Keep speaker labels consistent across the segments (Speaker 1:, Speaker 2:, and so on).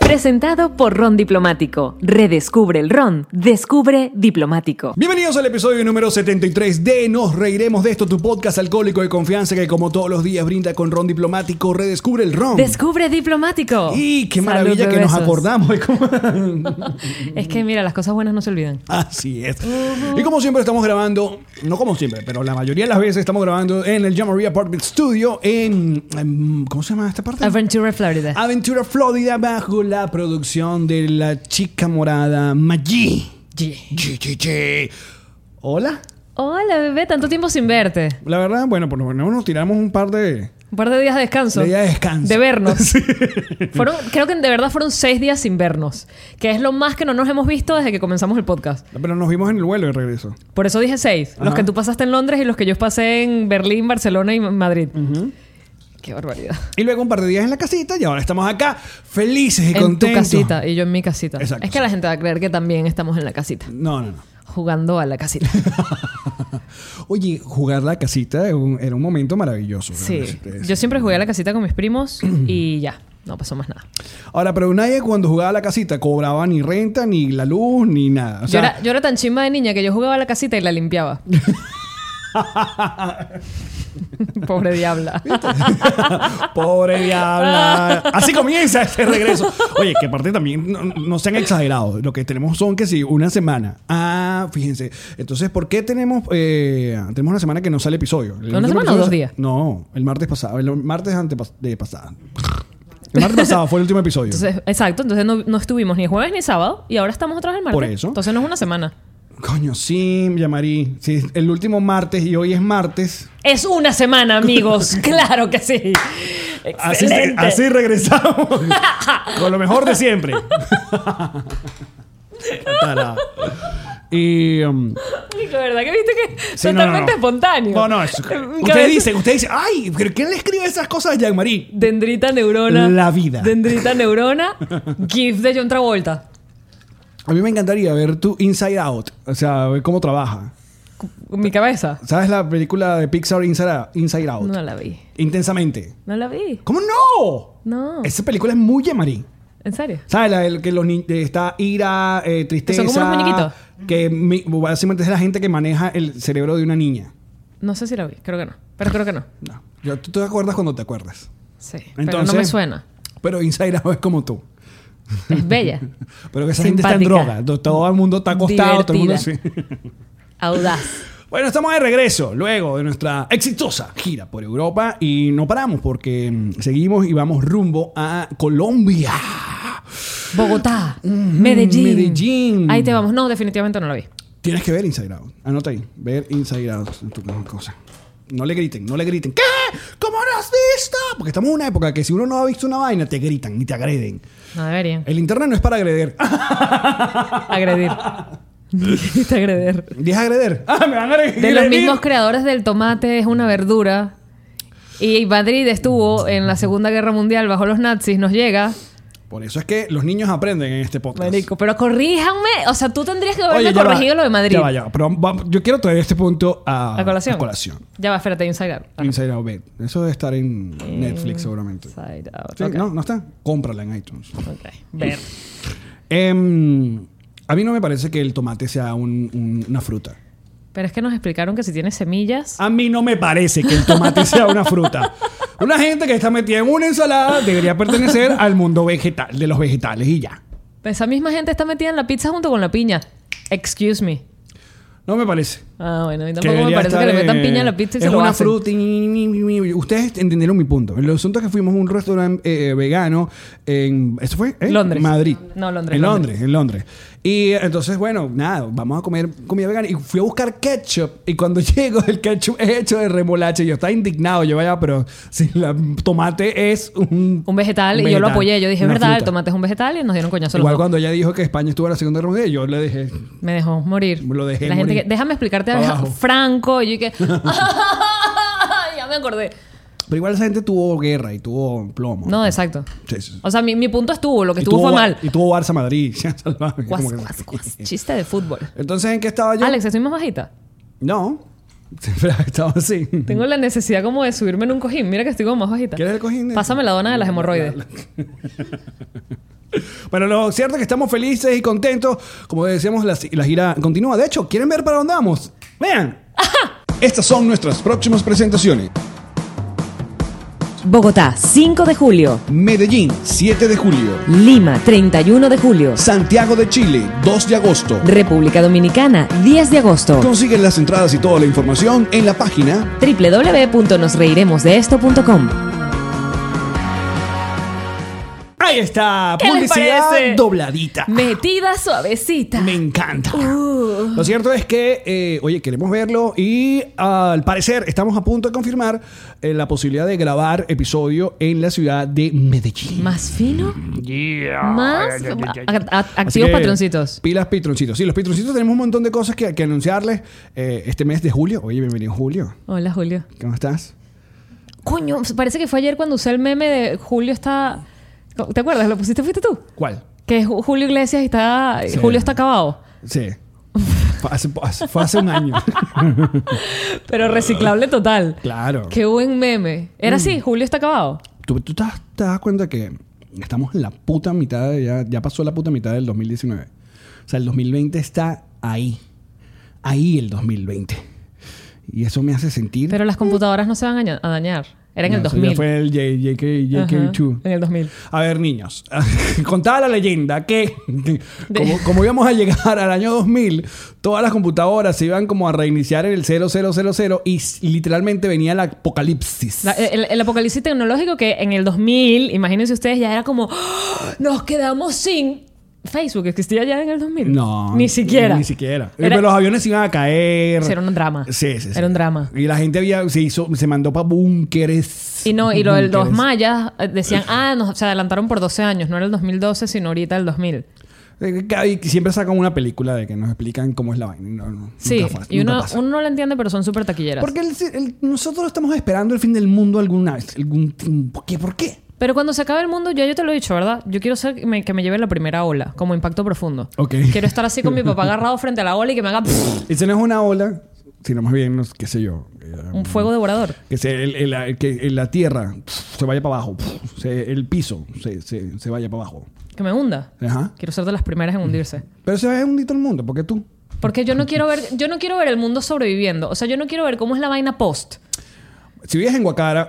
Speaker 1: Presentado por Ron Diplomático. Redescubre el Ron. Descubre Diplomático.
Speaker 2: Bienvenidos al episodio número 73 de Nos Reiremos de esto, tu podcast alcohólico de confianza que como todos los días brinda con ron diplomático, redescubre el ron.
Speaker 1: Descubre Diplomático.
Speaker 2: y qué
Speaker 1: Salud,
Speaker 2: maravilla que nos
Speaker 1: bebesos.
Speaker 2: acordamos. Es como-
Speaker 1: Es que mira, las cosas buenas no se olvidan.
Speaker 2: Así es. Y como siempre estamos grabando, no como siempre, pero la mayoría de las veces estamos grabando en el Jamboree Apartment Studio en, en- ¿cómo se llama esta parte?
Speaker 1: Adventure Florida.
Speaker 2: Aventura Florida bajo la producción de la chica morada Maggi. Gi, gi, gi. Hola.
Speaker 1: Hola, bebé, tanto tiempo sin verte.
Speaker 2: La verdad, bueno, por lo menos nos tiramos un par de...
Speaker 1: Un par de días de descanso.
Speaker 2: De día de descanso.
Speaker 1: De vernos. Fueron, creo que de verdad fueron seis días sin vernos, que es lo más que no nos hemos visto desde que comenzamos el podcast.
Speaker 2: Pero nos vimos en el vuelo de regreso.
Speaker 1: Por eso dije seis. Los
Speaker 2: Ajá.
Speaker 1: que tú pasaste en Londres y los que yo pasé en Berlín, Barcelona y Madrid. Qué barbaridad.
Speaker 2: Y luego un par de días en la casita y ahora estamos acá felices y
Speaker 1: en
Speaker 2: contentos.
Speaker 1: tu casita y yo en mi casita.
Speaker 2: Exacto,
Speaker 1: es que
Speaker 2: sí.
Speaker 1: la gente va a creer que también estamos en la casita,
Speaker 2: No, no, no.
Speaker 1: jugando a la casita.
Speaker 2: Oye, jugar la casita era un, era un momento maravilloso.
Speaker 1: sí.
Speaker 2: realmente.
Speaker 1: Yo siempre jugué a la casita con mis primos y ya, no pasó más nada.
Speaker 2: Ahora, pero nadie cuando jugaba a la casita cobraba ni renta, ni la luz, ni nada. O sea,
Speaker 1: yo, era, yo era tan chimba de niña que yo jugaba a la casita y la limpiaba. Pobre diabla.
Speaker 2: Pobre diabla. Así comienza este regreso. Oye, que aparte también no, no se han exagerado. Lo que tenemos son que sí, una semana. Ah, fíjense. Entonces, ¿por qué tenemos eh, tenemos una semana que no sale episodio? El
Speaker 1: ¿Una
Speaker 2: último
Speaker 1: semana o
Speaker 2: episodio
Speaker 1: dos
Speaker 2: sa-
Speaker 1: días?
Speaker 2: No, el martes pasado. El martes antepas- de pasada. El martes pasado fue el último episodio.
Speaker 1: Entonces, exacto, entonces no, no estuvimos ni jueves ni sábado y ahora estamos otra vez el martes.
Speaker 2: Por eso.
Speaker 1: Entonces no es una semana.
Speaker 2: Coño, sí, Yamari. Sí, el último martes y hoy es martes.
Speaker 1: Es una semana, amigos. claro que sí.
Speaker 2: Así,
Speaker 1: Excelente.
Speaker 2: así regresamos. Con lo mejor de siempre. Tarado. y. um,
Speaker 1: Ay, La verdad que viste que
Speaker 2: sí, no, no,
Speaker 1: totalmente
Speaker 2: no.
Speaker 1: espontáneo.
Speaker 2: No, no, es-
Speaker 1: Mi
Speaker 2: Usted
Speaker 1: cabeza-
Speaker 2: dice, usted dice, ay, ¿pero quién le escribe esas cosas a Jean-Marie?
Speaker 1: Dendrita neurona.
Speaker 2: La vida.
Speaker 1: Dendrita neurona. GIF de John Travolta.
Speaker 2: A mí me encantaría ver tu Inside Out. O sea, ver cómo trabaja.
Speaker 1: Mi cabeza.
Speaker 2: ¿Sabes la película de Pixar Inside, Inside Out?
Speaker 1: No la vi.
Speaker 2: Intensamente.
Speaker 1: No la vi.
Speaker 2: ¿Cómo no?
Speaker 1: No.
Speaker 2: Esa película es muy Jean-Marie.
Speaker 1: ¿En serio?
Speaker 2: ¿Sabes? La, el que los ni- eh, está ira, eh, tristeza.
Speaker 1: como unos muñequitos.
Speaker 2: Que mi- básicamente es la gente que maneja el cerebro de una niña.
Speaker 1: No sé si la vi. Creo que no. Pero creo que no.
Speaker 2: No. Yo- tú te acuerdas cuando te acuerdas.
Speaker 1: Sí. pero no
Speaker 2: Entonces-
Speaker 1: me suena.
Speaker 2: Pero Inside Out es como tú.
Speaker 1: Es bella.
Speaker 2: Pero que esa gente está en
Speaker 1: Simpática.
Speaker 2: droga. Do- Todo el mundo está acostado. Todo el mundo, sí.
Speaker 1: Audaz.
Speaker 2: Bueno, estamos de regreso luego de nuestra exitosa gira por Europa y no paramos porque mm, seguimos y vamos rumbo a Colombia.
Speaker 1: Bogotá. Medellín.
Speaker 2: Mm, Medellín.
Speaker 1: Ahí te vamos. No, definitivamente no la vi.
Speaker 2: Tienes que ver Inside Out. Anota ahí. Ver Inside Out. en tu cosa. No le griten, no le griten. ¿Qué? ¿Cómo no has visto? Porque estamos en una época que si uno no ha visto una vaina, te gritan y te agreden.
Speaker 1: No deberían.
Speaker 2: El internet no es para agreder.
Speaker 1: Eh,
Speaker 2: Ah,
Speaker 1: Agredir. Dijiste agredir.
Speaker 2: ¿Deja agreder? Ah, me van a agredir.
Speaker 1: De los mismos creadores del tomate es una verdura. Y Madrid estuvo en la Segunda Guerra Mundial bajo los nazis, nos llega.
Speaker 2: Por eso es que los niños aprenden en este podcast.
Speaker 1: Marico, pero corríjanme. O sea, tú tendrías que haberme
Speaker 2: ya va.
Speaker 1: corregido lo de Madrid.
Speaker 2: Ya va, ya va. Pero va- yo quiero traer este punto a,
Speaker 1: ¿A colación?
Speaker 2: a colación.
Speaker 1: Ya va, espérate, Inside Out. Ah,
Speaker 2: Inside Out Bed. Eso debe estar en Netflix seguramente.
Speaker 1: Inside Out.
Speaker 2: Sí,
Speaker 1: Eh, ok,
Speaker 2: No, no está. Cómprala en iTunes.
Speaker 1: ok. Ver.
Speaker 2: Em, a mí no me parece que el tomate sea un- un- una fruta.
Speaker 1: Pero es que nos explicaron que si tienes semillas.
Speaker 2: A mí no me parece que el tomate sea una fruta. Una gente que está metida en una ensalada debería pertenecer al mundo vegetal, de los vegetales y ya.
Speaker 1: Esa misma gente está metida en la pizza junto con la piña. Excuse me.
Speaker 2: No me parece.
Speaker 1: Ah, bueno, a mí
Speaker 2: Que
Speaker 1: tampoco me
Speaker 2: debería
Speaker 1: parece que
Speaker 2: estar,
Speaker 1: le metan
Speaker 2: eh,
Speaker 1: piña a la pizza y
Speaker 2: es
Speaker 1: se lo
Speaker 2: una
Speaker 1: hacen.
Speaker 2: fruta. y- y- y- y- Ustedes entendieron mi punto. El asunto es que fuimos a un restaurante eh, vegano en. ¿Eso fue? ¿Eh?
Speaker 1: Londres.
Speaker 2: Madrid.
Speaker 1: No, Londres,
Speaker 2: En
Speaker 1: Londres.
Speaker 2: Londres, en Londres. Y eh, entonces, bueno, nada, vamos a comer comida vegana. Y fui a buscar ketchup. Y cuando llego, el ketchup es hecho de remolacha. Y yo estaba indignado. Yo vaya, pero si la tomate es un.
Speaker 1: Un vegetal, y yo lo apoyé. Yo dije, es
Speaker 2: una
Speaker 1: verdad, el
Speaker 2: fruta".
Speaker 1: tomate es un vegetal y nos dieron coñazo los
Speaker 2: Igual
Speaker 1: dos.
Speaker 2: cuando ella dijo que España estuvo en la Segunda Guerra Mundial, yo le dije,
Speaker 1: Me dejó morir.
Speaker 2: Lo dejé
Speaker 1: la gente
Speaker 2: morir.
Speaker 1: que, déjame explicarte
Speaker 2: Pa'
Speaker 1: a
Speaker 2: abajo.
Speaker 1: Franco. Y yo dije, ya me acordé.
Speaker 2: pero igual esa gente tuvo guerra y tuvo plomo.
Speaker 1: No, exacto.
Speaker 2: Sí, sí, sí.
Speaker 1: O sea, mi, mi punto estuvo, lo que
Speaker 2: Y
Speaker 1: estuvo
Speaker 2: tuvo
Speaker 1: fue
Speaker 2: Bar-
Speaker 1: mal.
Speaker 2: Y tuvo Barça Madrid. Salvaje,
Speaker 1: Guas,
Speaker 2: como que-
Speaker 1: guas, guas. Chiste de fútbol.
Speaker 2: Entonces, ¿en qué estaba yo?
Speaker 1: Alex, estoy más bajita.
Speaker 2: No. Siempre estaba así.
Speaker 1: Tengo la necesidad como de subirme en un cojín. Mira que estoy como más bajita.
Speaker 2: ¿Quieres el cojín?
Speaker 1: Pásame la dona de las hemorroides.
Speaker 2: Bueno, lo cierto es que estamos felices y contentos. Como decíamos, la, la gira continúa. De hecho, ¿quieren ver para dónde vamos? Vean. Estas son nuestras próximas presentaciones.
Speaker 1: Bogotá,
Speaker 3: 5 de julio.
Speaker 2: Medellín, 7 de julio.
Speaker 1: Lima, 31 de julio.
Speaker 2: Santiago de Chile, 2 de agosto.
Speaker 1: República Dominicana, 10 de agosto.
Speaker 2: Consiguen las entradas y toda la información en la página
Speaker 1: www.nosreiremosdeesto.com
Speaker 2: Ahí está,
Speaker 1: ¿Qué les parece?
Speaker 2: publicidad dobladita.
Speaker 1: Metida suavecita.
Speaker 2: Me encanta.
Speaker 1: Uh.
Speaker 2: Lo cierto es que, eh, oye, queremos verlo y al parecer estamos a punto de confirmar eh, la posibilidad de grabar episodio en la ciudad de Medellín.
Speaker 1: Más fino. Más. a- a-
Speaker 2: Así
Speaker 1: activos
Speaker 2: que,
Speaker 1: patroncitos.
Speaker 2: Pilas patroncitos. Sí, los patroncitos tenemos un montón de cosas que, que anunciarles eh, este mes de julio. Oye, bienvenido Julio.
Speaker 1: Hola, Julio.
Speaker 2: ¿Cómo estás?
Speaker 1: Coño, parece que fue ayer cuando usé el meme de Julio está. ¿Te acuerdas? ¿Lo pusiste? ¿Fuiste tú?
Speaker 2: ¿Cuál?
Speaker 1: Que Ju- Julio Iglesias está.
Speaker 2: Sí.
Speaker 1: Julio está acabado.
Speaker 2: Sí. Fue hace, fue hace un año.
Speaker 1: Pero reciclable total.
Speaker 2: claro.
Speaker 1: Qué buen meme. Era
Speaker 2: Mm.
Speaker 1: así, Julio está acabado.
Speaker 2: ¿Tú, tú te, das- te das cuenta que estamos en la puta mitad, de- ya, ya pasó la puta mitad del 2019? O sea, el 2020 está ahí. Ahí el 2020. Y eso me hace sentir...
Speaker 1: Pero las computadoras no se van a ña- a dañar. Era en el
Speaker 2: No, eso
Speaker 1: 2000.
Speaker 2: Ya fue el J- JK,
Speaker 1: Ajá,
Speaker 2: JK2.
Speaker 1: En el 2000.
Speaker 2: A ver, niños, contaba la leyenda que como, como íbamos a llegar al año 2000, todas las computadoras se iban como a reiniciar en el 0000 y s- literalmente venía el apocalipsis.
Speaker 1: La- eh, el, el apocalipsis tecnológico que en el 2000, imagínense ustedes, ya era como, ¡Ah! nos quedamos sin Facebook. ¿Existía ya en el 2000?
Speaker 2: No.
Speaker 1: Ni siquiera.
Speaker 2: Ni siquiera.
Speaker 1: Era-
Speaker 2: Pero los aviones se iban a caer.
Speaker 1: Sí, era un drama.
Speaker 2: Sí, sí, sí.
Speaker 1: Era un drama.
Speaker 2: Y la gente había, se hizo, se mandó para búnkeres.
Speaker 1: Y no, y lo, de los
Speaker 2: Búnkeres.
Speaker 1: mayas eh, decían, ah, nos, se adelantaron por 12 años, no era el 2012, sino ahorita el 2000.
Speaker 2: Eh, Y siempre sacan una película de que nos explican cómo es la vaina. No, no,
Speaker 1: Sí,
Speaker 2: nunca fa-
Speaker 1: y
Speaker 2: nunca
Speaker 1: uno,
Speaker 2: pasa.
Speaker 1: uno no lo entiende, pero son súper taquilleras.
Speaker 2: Porque el- el- nosotros estamos esperando el fin del mundo alguna vez. Algún tiempo. ¿Qué? ¿Por qué?
Speaker 1: Pero cuando se acabe el mundo, ya yo te lo he dicho, ¿verdad? Yo quiero ser que me, que me lleve la primera ola, como impacto profundo.
Speaker 2: Ok.
Speaker 1: Quiero estar así con mi papá agarrado frente a la ola y que me haga pff,
Speaker 2: Y si no es una ola, sino más bien, no sé, qué sé yo. eh,
Speaker 1: un fuego devorador.
Speaker 2: Que, se- el- el- la- que el- la tierra pf, se vaya para abajo. pf, se- el piso se, se- se vaya para abajo.
Speaker 1: Que me hunda.
Speaker 2: Ajá.
Speaker 1: Quiero ser de las primeras en hundirse.
Speaker 2: Pero se va a hundir todo el mundo. Porque tú...
Speaker 1: Porque yo no quiero ver, yo no quiero ver el mundo sobreviviendo. O sea, yo no quiero ver cómo es la vaina post.
Speaker 2: Si vives en Guacara...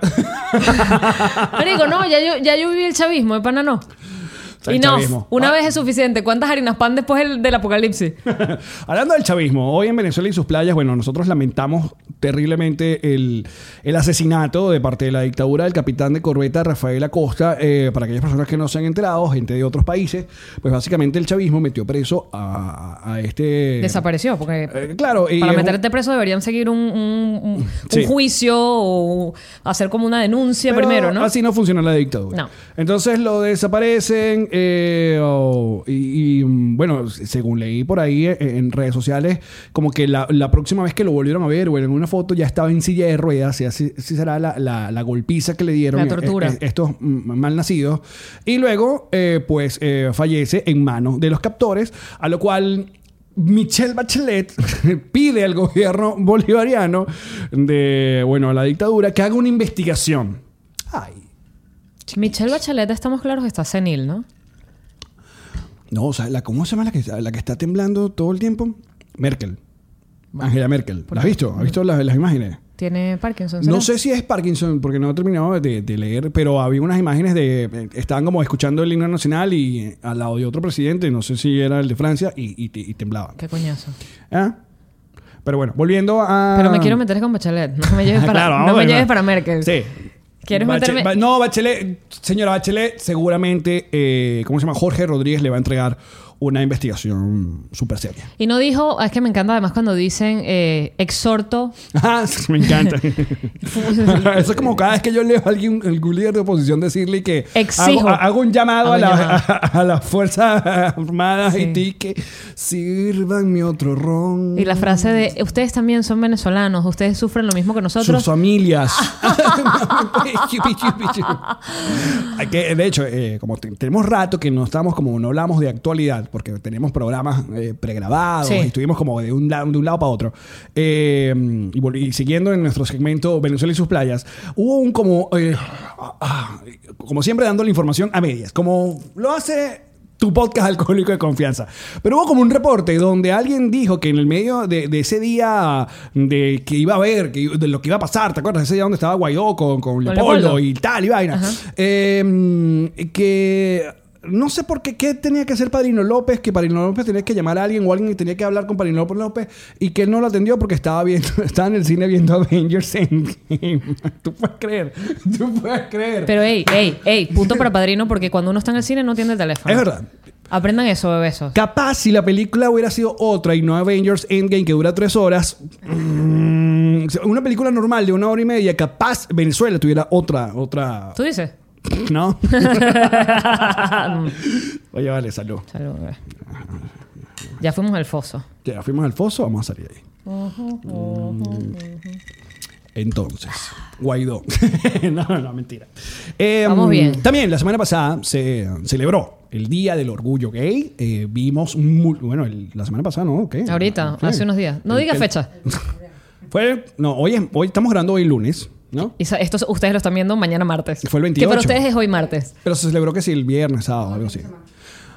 Speaker 1: Marico, no, ya yo, ya yo viví el chavismo, de pana no.
Speaker 2: sea,
Speaker 1: y
Speaker 2: el
Speaker 1: no,
Speaker 2: chavismo.
Speaker 1: una
Speaker 2: Ah.
Speaker 1: vez es suficiente. ¿Cuántas harinas pan después del, del apocalipsis?
Speaker 2: Hablando del chavismo, hoy en Venezuela y sus playas, bueno, nosotros lamentamos terriblemente el, el asesinato de parte de la dictadura del capitán de corbeta Rafael Acosta. Eh, para aquellas personas que no se han enterado, gente de otros países, pues básicamente el chavismo metió preso a, a este...
Speaker 1: Desapareció, porque
Speaker 2: Eh, claro, y
Speaker 1: para
Speaker 2: es un-
Speaker 1: meterte preso deberían seguir un, un- un- un
Speaker 2: Sí.
Speaker 1: juicio o hacer como una denuncia
Speaker 2: Pero
Speaker 1: primero, ¿no?
Speaker 2: Así no funciona la dictadura.
Speaker 1: No.
Speaker 2: Entonces lo desaparecen eh, o- y, y, mm, bueno, s- según leí por ahí eh, en redes sociales, como que la, la próxima vez que lo volvieron a ver o en una foto ya estaba en silla de ruedas, y así, así será la, la- la golpiza que le dieron
Speaker 1: La
Speaker 2: eh,
Speaker 1: tortura.
Speaker 2: eh, estos mm, malnacidos. Y luego, eh, pues, eh, fallece en manos de los captores, a lo cual... Michelle Bachelet pide al gobierno bolivariano de, bueno, a la dictadura que haga una investigación. Ay,
Speaker 1: Michelle Bachelet, estamos claros que está senil, ¿no?
Speaker 2: No, o sea, la, ¿cómo se llama la que, la que está temblando todo el tiempo? Merkel. Angela Merkel. ¿La has visto? ¿Has visto las, las imágenes?
Speaker 1: Tiene Parkinson.
Speaker 2: No
Speaker 1: ¿será?
Speaker 2: sé si es Parkinson, porque no he terminado de, de leer, pero había unas imágenes de. eh, Estaban como escuchando el himno nacional y eh, al lado de otro presidente, no sé si era el de Francia, y, y, te- y temblaba.
Speaker 1: Qué coñazo.
Speaker 2: ¿Ah? Pero bueno, volviendo a.
Speaker 1: Pero me quiero meter con Bachelet. No me lleves
Speaker 2: Ah,
Speaker 1: para,
Speaker 2: claro, vamos
Speaker 1: no
Speaker 2: a
Speaker 1: me
Speaker 2: ver.
Speaker 1: lleves para Merkel.
Speaker 2: Sí.
Speaker 1: ¿Quieres
Speaker 2: Bache-
Speaker 1: meterme?
Speaker 2: Ba- no, Bachelet, señora Bachelet, seguramente, eh, ¿cómo se llama? Jorge Rodríguez le va a entregar una investigación súper seria.
Speaker 1: Y no dijo, ah, es que me encanta además cuando dicen eh, exhorto.
Speaker 2: Ah, sí, me encanta. Eso es como cada vez que yo leo a alguien, algún líder de oposición decirle que
Speaker 1: Exijo.
Speaker 2: Hago, a- hago un llamado
Speaker 1: Hago
Speaker 2: a,
Speaker 1: un
Speaker 2: la-
Speaker 1: llamado.
Speaker 2: a- a las Fuerzas Armadas
Speaker 1: Sí.
Speaker 2: Haití que sirvanme otro ron.
Speaker 1: Y la frase de, ustedes también son venezolanos, ustedes sufren lo mismo que
Speaker 2: sus
Speaker 1: nosotros.
Speaker 2: familias. Hay que- de hecho, eh, como te- tenemos rato que no estamos como no hablamos de actualidad, porque tenemos programas eh, pregrabados
Speaker 1: Sí.
Speaker 2: y estuvimos como de un, la- de un lado para otro. Eh, y, vol- y siguiendo en nuestro segmento Venezuela y sus playas, hubo un como, eh, ah, ah, como siempre dando la información a medias, como lo hace tu podcast alcohólico de confianza. Pero hubo como un reporte donde alguien dijo que en el medio de, de ese día de que iba a haber, que, de lo que iba a pasar, ¿te acuerdas? Ese día donde estaba Guaidó con, con Leopoldo,
Speaker 1: Leopoldo.
Speaker 2: y tal y vaina. Eh, que no sé por qué, qué tenía que hacer Padrino López, que Padrino López tenía que llamar a alguien o alguien tenía que hablar con Padrino López y que él no lo atendió porque estaba viendo, estaba en el cine viendo Avengers Endgame. Tú puedes creer, tú puedes creer.
Speaker 1: Pero ey, ey, ey, punto para padrino porque cuando uno está en el cine no tiene el teléfono.
Speaker 2: es verdad.
Speaker 1: Aprendan eso, bebesos.
Speaker 2: Capaz si la película hubiera sido otra y no Avengers Endgame que dura tres horas, mm, una película normal de una hora y media, capaz Venezuela tuviera otra, otra,
Speaker 1: ¿Tú dices?
Speaker 2: ¿no? Oye, vale, salud.
Speaker 1: Salud, bebé. Ya fuimos al foso.
Speaker 2: Ya fuimos al foso, vamos a salir de ahí. Mm, Entonces, Guaidó. no, no, no, mentira. Eh,
Speaker 1: Vamos bien.
Speaker 2: También la semana pasada se celebró el Día del Orgullo Gay. Eh, vimos, un mul- bueno, el- la semana pasada, ¿no? ¿Qué?
Speaker 1: Ahorita,
Speaker 2: Sí.
Speaker 1: hace unos días. No
Speaker 2: El-
Speaker 1: digas
Speaker 2: el-
Speaker 1: fecha.
Speaker 2: Fue, no, hoy, es- hoy estamos grabando hoy lunes, ¿no?
Speaker 1: Y sa- esto ustedes lo están viendo mañana martes.
Speaker 2: Fue el
Speaker 1: Que
Speaker 2: 28.
Speaker 1: para ustedes es hoy martes.
Speaker 2: Pero se celebró que sí, el viernes, sábado, algo así.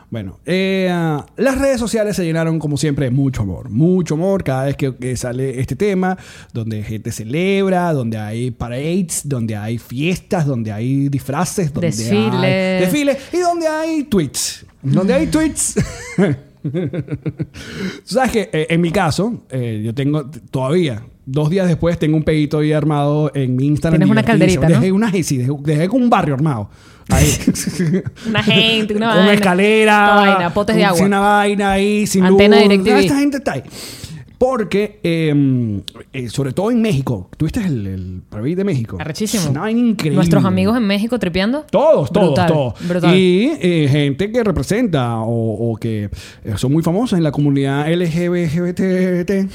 Speaker 2: Bueno, eh, las redes sociales se llenaron como siempre de mucho amor, mucho amor cada vez que, que sale este tema, donde gente celebra, donde hay parades, donde hay fiestas, donde hay disfraces, donde hay
Speaker 1: Desfiles.
Speaker 2: desfiles y donde hay tweets. Donde hay tweets. Tú sabes que eh, en mi caso, eh, yo tengo t- todavía, dos días después, tengo un pedito ahí armado en mi Instagram.
Speaker 1: Tienes una
Speaker 2: divertidísimo.
Speaker 1: calderita, ¿no?
Speaker 2: Dejé una, sí, dejé, dejé un barrio armado. Ahí.
Speaker 1: Una gente, una
Speaker 2: Con
Speaker 1: vaina.
Speaker 2: escalera.
Speaker 1: Una vaina, potes de
Speaker 2: un-
Speaker 1: agua.
Speaker 2: Una vaina ahí, sin
Speaker 1: Antena
Speaker 2: luz.
Speaker 1: DirecTV.
Speaker 2: Ah, Esta gente está ahí. Porque, eh, eh, sobre todo en México, ¿tuviste el, el parade de México?
Speaker 1: Arrechísimo.
Speaker 2: Una vaina increíble.
Speaker 1: Nuestros amigos en México tripeando.
Speaker 2: Todos, todos,
Speaker 1: Brutal,
Speaker 2: todos.
Speaker 1: brutal.
Speaker 2: Y eh, gente que representa o, o que eh, son muy famosos en la comunidad LGBT.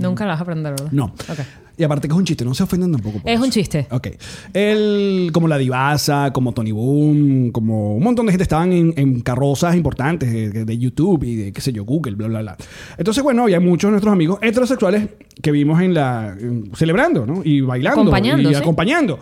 Speaker 1: Nunca la vas a aprender, ¿verdad?
Speaker 2: No.
Speaker 1: Ok.
Speaker 2: Y aparte que es un chiste, no se ofenden tampoco. por
Speaker 1: Es
Speaker 2: eso.
Speaker 1: un chiste.
Speaker 2: Ok. El, como la Divaza, como Tony Boom, como un montón de gente estaban en, en carrozas importantes de, de- de YouTube y de, qué sé yo, Google, bla, bla, bla. Entonces, bueno, había muchos de nuestros amigos heterosexuales que vimos en la... en- celebrando, ¿no? Y bailando.
Speaker 1: Acompañando,
Speaker 2: Y
Speaker 1: sí.
Speaker 2: acompañando.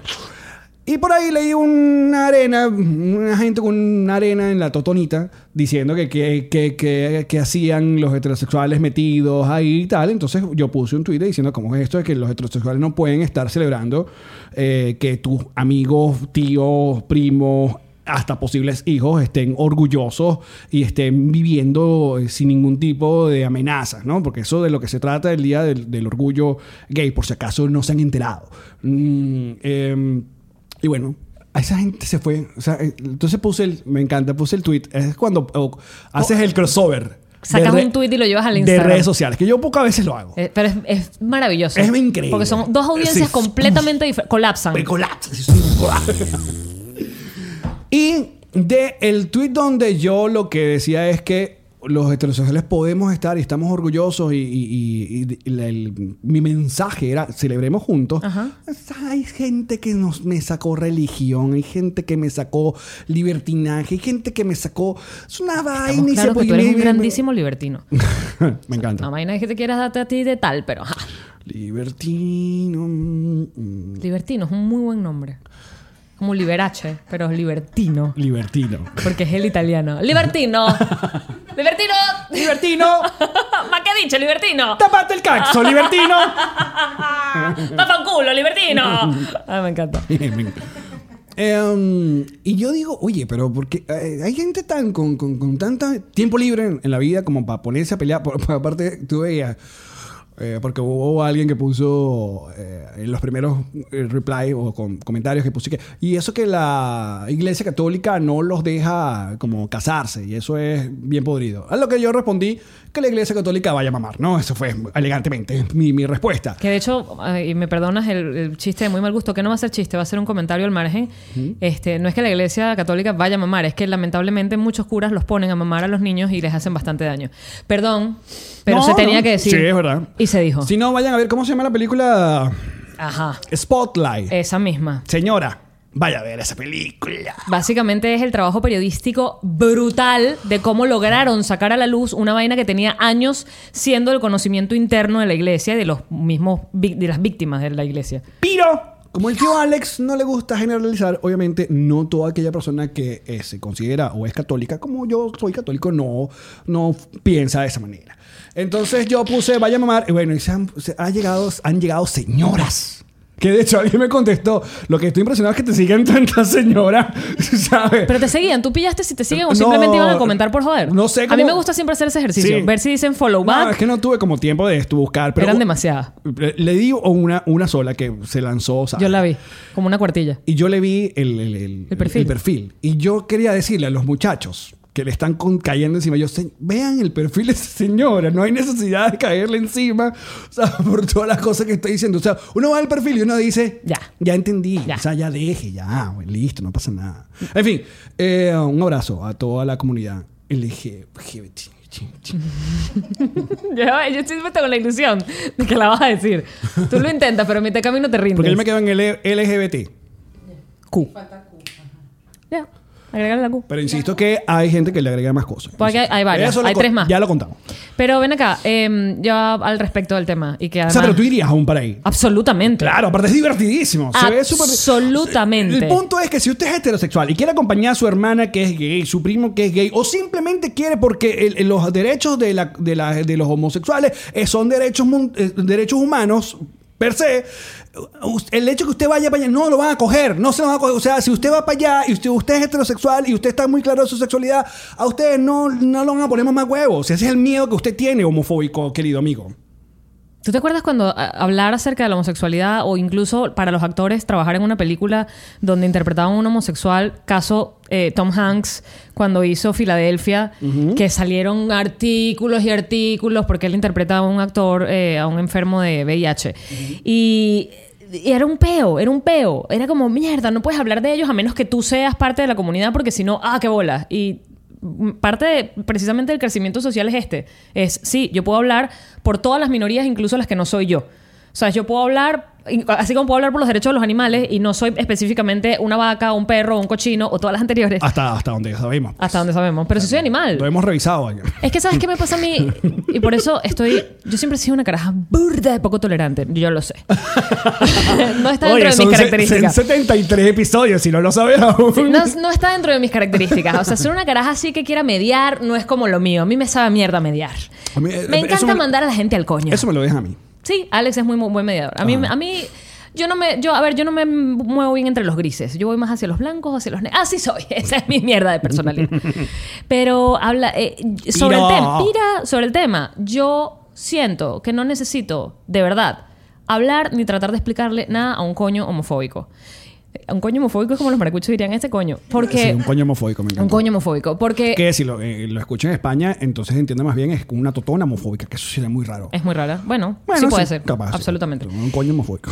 Speaker 2: Y por ahí leí una arena, una gente con una arena en la totonita, diciendo que qué que, que- que hacían los heterosexuales metidos ahí y tal. Entonces yo puse un tweet diciendo cómo es esto de que los heterosexuales no pueden estar celebrando eh, que tus amigos, tíos, primos, hasta posibles hijos estén orgullosos y estén viviendo eh, sin ningún tipo de amenazas, ¿no? Porque eso de lo que se trata el día del, del orgullo gay, por si acaso no se han enterado. Mm, em, y bueno, a esa gente se fue. O sea, eh, entonces puse el, me encanta, puse el tweet. Es cuando o, haces el crossover.
Speaker 1: Oh, Sacas
Speaker 2: de re-
Speaker 1: un tweet y lo llevas al
Speaker 2: De
Speaker 1: Instagram.
Speaker 2: redes sociales, que yo pocas veces lo hago.
Speaker 1: Eh, pero es, es maravilloso.
Speaker 2: Es increíble.
Speaker 1: Porque son dos audiencias
Speaker 2: Sí.
Speaker 1: completamente diferentes. Colapsan.
Speaker 2: Me colapsa, sí, sí, colapsa. y de el tweet donde yo lo que decía es que los heterosexuales podemos estar y estamos orgullosos y, y- y- y la- el- mi mensaje era celebremos juntos. Hay gente que nos, me sacó religión, hay gente que me sacó libertinaje, hay gente que me sacó... Es una
Speaker 1: Estamos
Speaker 2: vaina y
Speaker 1: claro
Speaker 2: se
Speaker 1: que tú eres
Speaker 2: me-
Speaker 1: un
Speaker 2: me-
Speaker 1: grandísimo libertino.
Speaker 2: me encanta.
Speaker 1: La vaina es que te quieras darte a ti de tal, pero ajá.
Speaker 2: Libertino. mm,
Speaker 1: Libertino es un muy buen nombre. Como Liberace, pero es libertino.
Speaker 2: Libertino.
Speaker 1: Porque es el italiano. ¡Libertino! ¡Libertino!
Speaker 2: Libertino,
Speaker 1: ¿Más que dicho, libertino?
Speaker 2: tapate el caxo, libertino.
Speaker 1: ¡Tapa un culo, libertino! Ah, me encanta.
Speaker 2: Em, y yo digo, oye, pero porque hay gente tan con, con, con tanta tiempo libre en, en la vida como para ponerse a pelear. Por, por aparte, tú veías, eh, porque hubo alguien que puso eh, en los primeros eh, reply o con- comentarios que puso que, y eso que la iglesia católica no los deja como casarse, y eso es bien podrido. A lo que yo respondí que la iglesia católica vaya a mamar, ¿no? Eso fue elegantemente mi, mi respuesta.
Speaker 1: Que de hecho, ay, y me perdonas el, el chiste de muy mal gusto, que no va a ser chiste, va a ser un comentario al margen. este, no es que la iglesia católica vaya a mamar, es que lamentablemente muchos curas los ponen a mamar a los niños y les hacen bastante daño. Perdón, pero
Speaker 2: No,
Speaker 1: se tenía
Speaker 2: no.
Speaker 1: que decir.
Speaker 2: Sí, es verdad.
Speaker 1: Y se dijo.
Speaker 2: Si no, vayan a ver cómo se llama la película
Speaker 1: Ajá,
Speaker 2: Spotlight.
Speaker 1: esa misma.
Speaker 2: Señora, vaya a ver esa película.
Speaker 1: Básicamente es el trabajo periodístico brutal de cómo lograron sacar a la luz una vaina que tenía años siendo el conocimiento interno de la iglesia y de los mismos vi- de las víctimas de la iglesia.
Speaker 2: Pero, como el tío Alex no le gusta generalizar, obviamente no toda aquella persona que eh, se considera o es católica, como yo soy católico, no, no piensa de esa manera. Entonces yo puse, vaya a mamar, y bueno, y se han, se ha llegado, han llegado señoras. Que de hecho alguien me contestó, lo que estoy impresionado es que te sigan tantas señoras, ¿sabes?
Speaker 1: Pero te seguían, tú pillaste si te siguen o
Speaker 2: No,
Speaker 1: simplemente iban a comentar por joder.
Speaker 2: no
Speaker 1: A
Speaker 2: sé
Speaker 1: mí
Speaker 2: cómo-
Speaker 1: me gusta siempre hacer ese ejercicio,
Speaker 2: Sí.
Speaker 1: ver si dicen follow
Speaker 2: No,
Speaker 1: back.
Speaker 2: es que no tuve como tiempo de esto buscar, pero
Speaker 1: Eran demasiadas.
Speaker 2: Le, Eh, le di una, una sola que se lanzó, o sea,
Speaker 1: Yo la vi, como una cuartilla.
Speaker 2: Y yo le vi el, el- el-
Speaker 1: El perfil.
Speaker 2: el perfil. Y yo quería decirle a los muchachos que le están con- cayendo encima, yo, "Se- vean el perfil de esa señora, no hay necesidad de caerle encima, o sea, por todas las cosas que está diciendo. O sea, uno va al perfil y uno dice,
Speaker 1: Ya.
Speaker 2: ya entendí,
Speaker 1: Ya.
Speaker 2: o sea, ya deje, ya, güey, listo, no pasa nada. En fin, eh, un abrazo a toda la comunidad LGBT.
Speaker 1: Yo, yo estoy puesta con la ilusión de que la vas a decir. Tú lo intentas, pero en mitad de camino te rindes.
Speaker 2: Porque yo me quedo en el LGBT.
Speaker 1: Q. Ya, agregarle la Q.
Speaker 2: Pero insisto que hay gente que le agrega más cosas.
Speaker 1: Porque hay- hay varias,
Speaker 2: Eso lo
Speaker 1: hay
Speaker 2: con-
Speaker 1: tres más.
Speaker 2: Ya lo contamos.
Speaker 1: Pero ven acá, em, ya al respecto del tema. Y que
Speaker 2: O
Speaker 1: además,
Speaker 2: sea, pero tú irías a un para ahí.
Speaker 1: Absolutamente.
Speaker 2: Claro, aparte es divertidísimo. Se ve súper-
Speaker 1: Absolutamente.
Speaker 2: El punto es que si usted es heterosexual y quiere acompañar a su hermana que es gay, su primo que es gay, o simplemente quiere porque el- el- los derechos de, la- de la- de los homosexuales eh, son derechos, mun- eh, derechos humanos. Per se, u- el hecho que usted vaya para allá no lo van a coger, no se lo van a coger. O sea, si usted va para allá y usted, usted es heterosexual y usted está muy claro de su sexualidad, a ustedes no, no lo van a poner más huevos. Ese es el miedo que usted tiene, homofóbico, querido amigo.
Speaker 1: ¿Tú te acuerdas cuando a- hablar acerca de la homosexualidad o incluso para los actores trabajar en una película donde interpretaban a un homosexual, caso eh, Tom Hanks cuando hizo Filadelfia, que salieron artículos y artículos porque él interpretaba a un actor, eh, a un enfermo de VIH? Y y era un peo, era un peo. Era como, mierda, no puedes hablar de ellos a menos que tú seas parte de la comunidad porque si no, ah, qué bola. Y mm, parte de, precisamente del crecimiento social es este. Es, sí, yo puedo hablar por todas las minorías, incluso las que no soy yo. O sea, yo puedo hablar, in- así como puedo hablar por los derechos de los animales y no soy específicamente una vaca, un perro, un cochino o todas las anteriores. Hasta,
Speaker 2: Hasta, hasta donde sabemos.
Speaker 1: donde sabemos. Pero si soy animal.
Speaker 2: Lo hemos revisado. Año.
Speaker 1: Es que sabes qué me pasa a mí y por eso estoy. Yo siempre he sido una caraja burda de poco tolerante. Yo lo sé. no está dentro de mis
Speaker 2: son se-
Speaker 1: características.
Speaker 2: son 73 episodios, si no lo sabes aún.
Speaker 1: No, no está dentro de mis características. O sea, ser una caraja así que quiera mediar no es como lo mío. A mí me sabe a mierda mediar.
Speaker 2: A mí, eh,
Speaker 1: me encanta
Speaker 2: eso me-
Speaker 1: mandar a la gente al coño.
Speaker 2: Eso me lo deja a mí.
Speaker 1: Sí, Alex es muy, muy buen mediador. A mí,
Speaker 2: Ah.
Speaker 1: a mí, yo no me, yo, a ver, yo no me muevo bien entre los grises. Yo voy más hacia los blancos, hacia los negros. Así soy. Esa es mi mierda de personalidad. Pero habla eh, sobre el
Speaker 2: Piro.
Speaker 1: tema. Pira sobre el tema. Yo siento que no necesito, de verdad, hablar ni tratar de explicarle nada a un coño homofóbico. A Un coño homofóbico es como los maracuchos dirían este coño. Porque
Speaker 2: Sí, un coño homofóbico, me encanta.
Speaker 1: un coño homofóbico. Porque
Speaker 2: Que si lo, eh, lo escucho en España, entonces entiende más bien es como una totona homofóbica, que eso sería muy raro.
Speaker 1: es muy rara. Bueno,
Speaker 2: Bueno,
Speaker 1: sí puede ser.
Speaker 2: capaz, sí.
Speaker 1: absolutamente.
Speaker 2: Un coño homofóbico.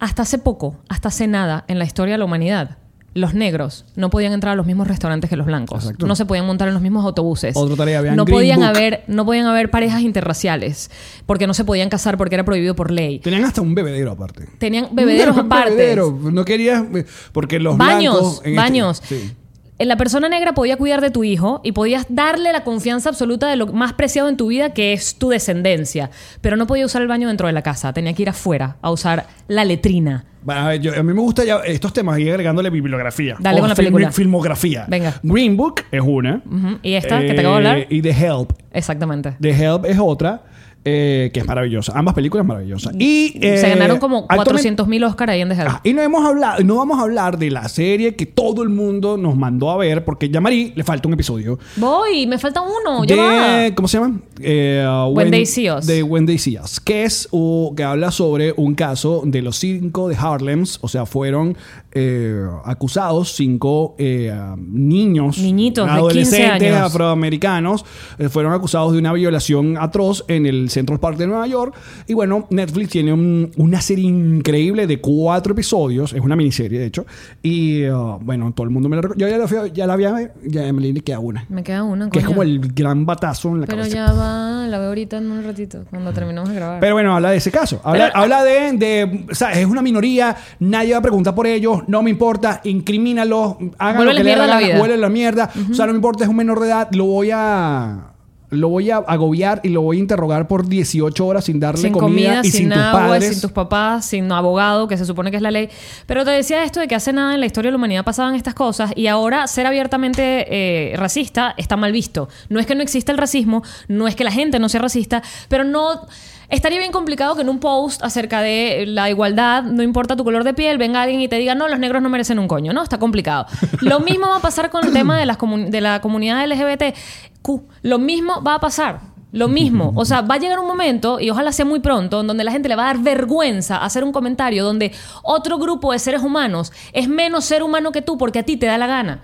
Speaker 1: Hasta hace poco, hasta hace nada, en la historia de la humanidad, los negros no podían entrar a los mismos restaurantes que los blancos.
Speaker 2: Exacto.
Speaker 1: No se podían montar en los mismos autobuses.
Speaker 2: Otra tarea, vean
Speaker 1: no
Speaker 2: Green
Speaker 1: podían
Speaker 2: Book.
Speaker 1: haber, no podían haber parejas interraciales, porque no se podían casar porque era prohibido por ley.
Speaker 2: Tenían hasta un bebedero aparte.
Speaker 1: Tenían bebederos
Speaker 2: Un
Speaker 1: aparte.
Speaker 2: bebedero. No querías. eh, Porque los
Speaker 1: Baños,
Speaker 2: blancos. en este-
Speaker 1: baños.
Speaker 2: Sí.
Speaker 1: la persona negra podía cuidar de tu hijo y podías darle la confianza absoluta de lo más preciado en tu vida, que es tu descendencia. Pero no podía usar el baño dentro de la casa, tenía que ir afuera a usar la letrina.
Speaker 2: Bueno, a, ver, yo- a mí me gusta ya estos temas y agregándole bibliografía.
Speaker 1: Dale
Speaker 2: O
Speaker 1: con la
Speaker 2: filmi-
Speaker 1: película.
Speaker 2: Filmografía.
Speaker 1: Venga.
Speaker 2: Green Book es una.
Speaker 1: Ujú. Y esta, que te acabo de
Speaker 2: Eh,
Speaker 1: hablar.
Speaker 2: Y The Help.
Speaker 1: Exactamente.
Speaker 2: The Help es otra eh, que es maravillosa. Ambas películas maravillosas. Y,
Speaker 1: Se
Speaker 2: eh,
Speaker 1: ganaron como
Speaker 2: altamente-
Speaker 1: 400 mil Oscar ahí en The Help.
Speaker 2: Ah, y no hemos hablado, no vamos a hablar de la serie que todo el mundo nos mandó a ver, porque ya a Marí le falta un episodio.
Speaker 1: Voy, me falta uno.
Speaker 2: de,
Speaker 1: ya va.
Speaker 2: ¿Cómo se llama? Eh, uh,
Speaker 1: When They See Us.
Speaker 2: De When They See Us, Que es o que habla sobre un caso de los cinco de Harlems. O sea, fueron eh, acusados cinco eh, ah, niños.
Speaker 1: Niñitos de 15
Speaker 2: adolescentes,
Speaker 1: años.
Speaker 2: afroamericanos. eh, fueron acusados de una violación atroz en el Central Park de Nueva York. Y bueno, Netflix tiene un- una serie increíble de cuatro episodios. Es una miniserie, de hecho. Y ah, bueno, todo el mundo me la reco- Yo ya la, fui a- ya la había, ya me le queda una.
Speaker 1: Me queda uno.
Speaker 2: Que es
Speaker 1: coño.
Speaker 2: como el gran batazo en la
Speaker 1: Pero
Speaker 2: cabeza.
Speaker 1: ya va, la veo ahorita en un ratito, cuando terminemos de grabar.
Speaker 2: Pero bueno, habla de ese caso. Habla,
Speaker 1: Pero- ah.
Speaker 2: habla de, de- o sea, es una minoría, nadie va a preguntar por ellos, no me importa, incrimínalos, hagan
Speaker 1: Vuélvele
Speaker 2: lo que le
Speaker 1: mierda
Speaker 2: hagan,
Speaker 1: a la vida.
Speaker 2: huele la mierda. O sea, no me importa, es un menor de edad, lo voy a lo voy a agobiar y lo voy a interrogar por 18 horas sin darle
Speaker 1: sin
Speaker 2: comida,
Speaker 1: comida,
Speaker 2: y
Speaker 1: sin,
Speaker 2: sin, tus
Speaker 1: agua,
Speaker 2: padres.
Speaker 1: sin tus papás, sin abogado, que se supone que es la ley. Pero te decía esto de que hace nada en la historia de la humanidad pasaban estas cosas y ahora ser abiertamente eh, racista está mal visto. No es que no exista el racismo, no es que la gente no sea racista, pero no... Estaría bien complicado que en un post acerca de la igualdad, no importa tu color de piel, venga alguien y te diga, no, los negros no merecen un coño, ¿no? Está complicado. Lo mismo va a pasar con el tema de, las comun- de la comunidad LGBTQ. Lo mismo va a pasar. Lo mismo. O sea, va a llegar un momento, y ojalá sea muy pronto, en donde la gente le va a dar vergüenza hacer un comentario donde otro grupo de seres humanos es menos ser humano que tú porque a ti te da la gana.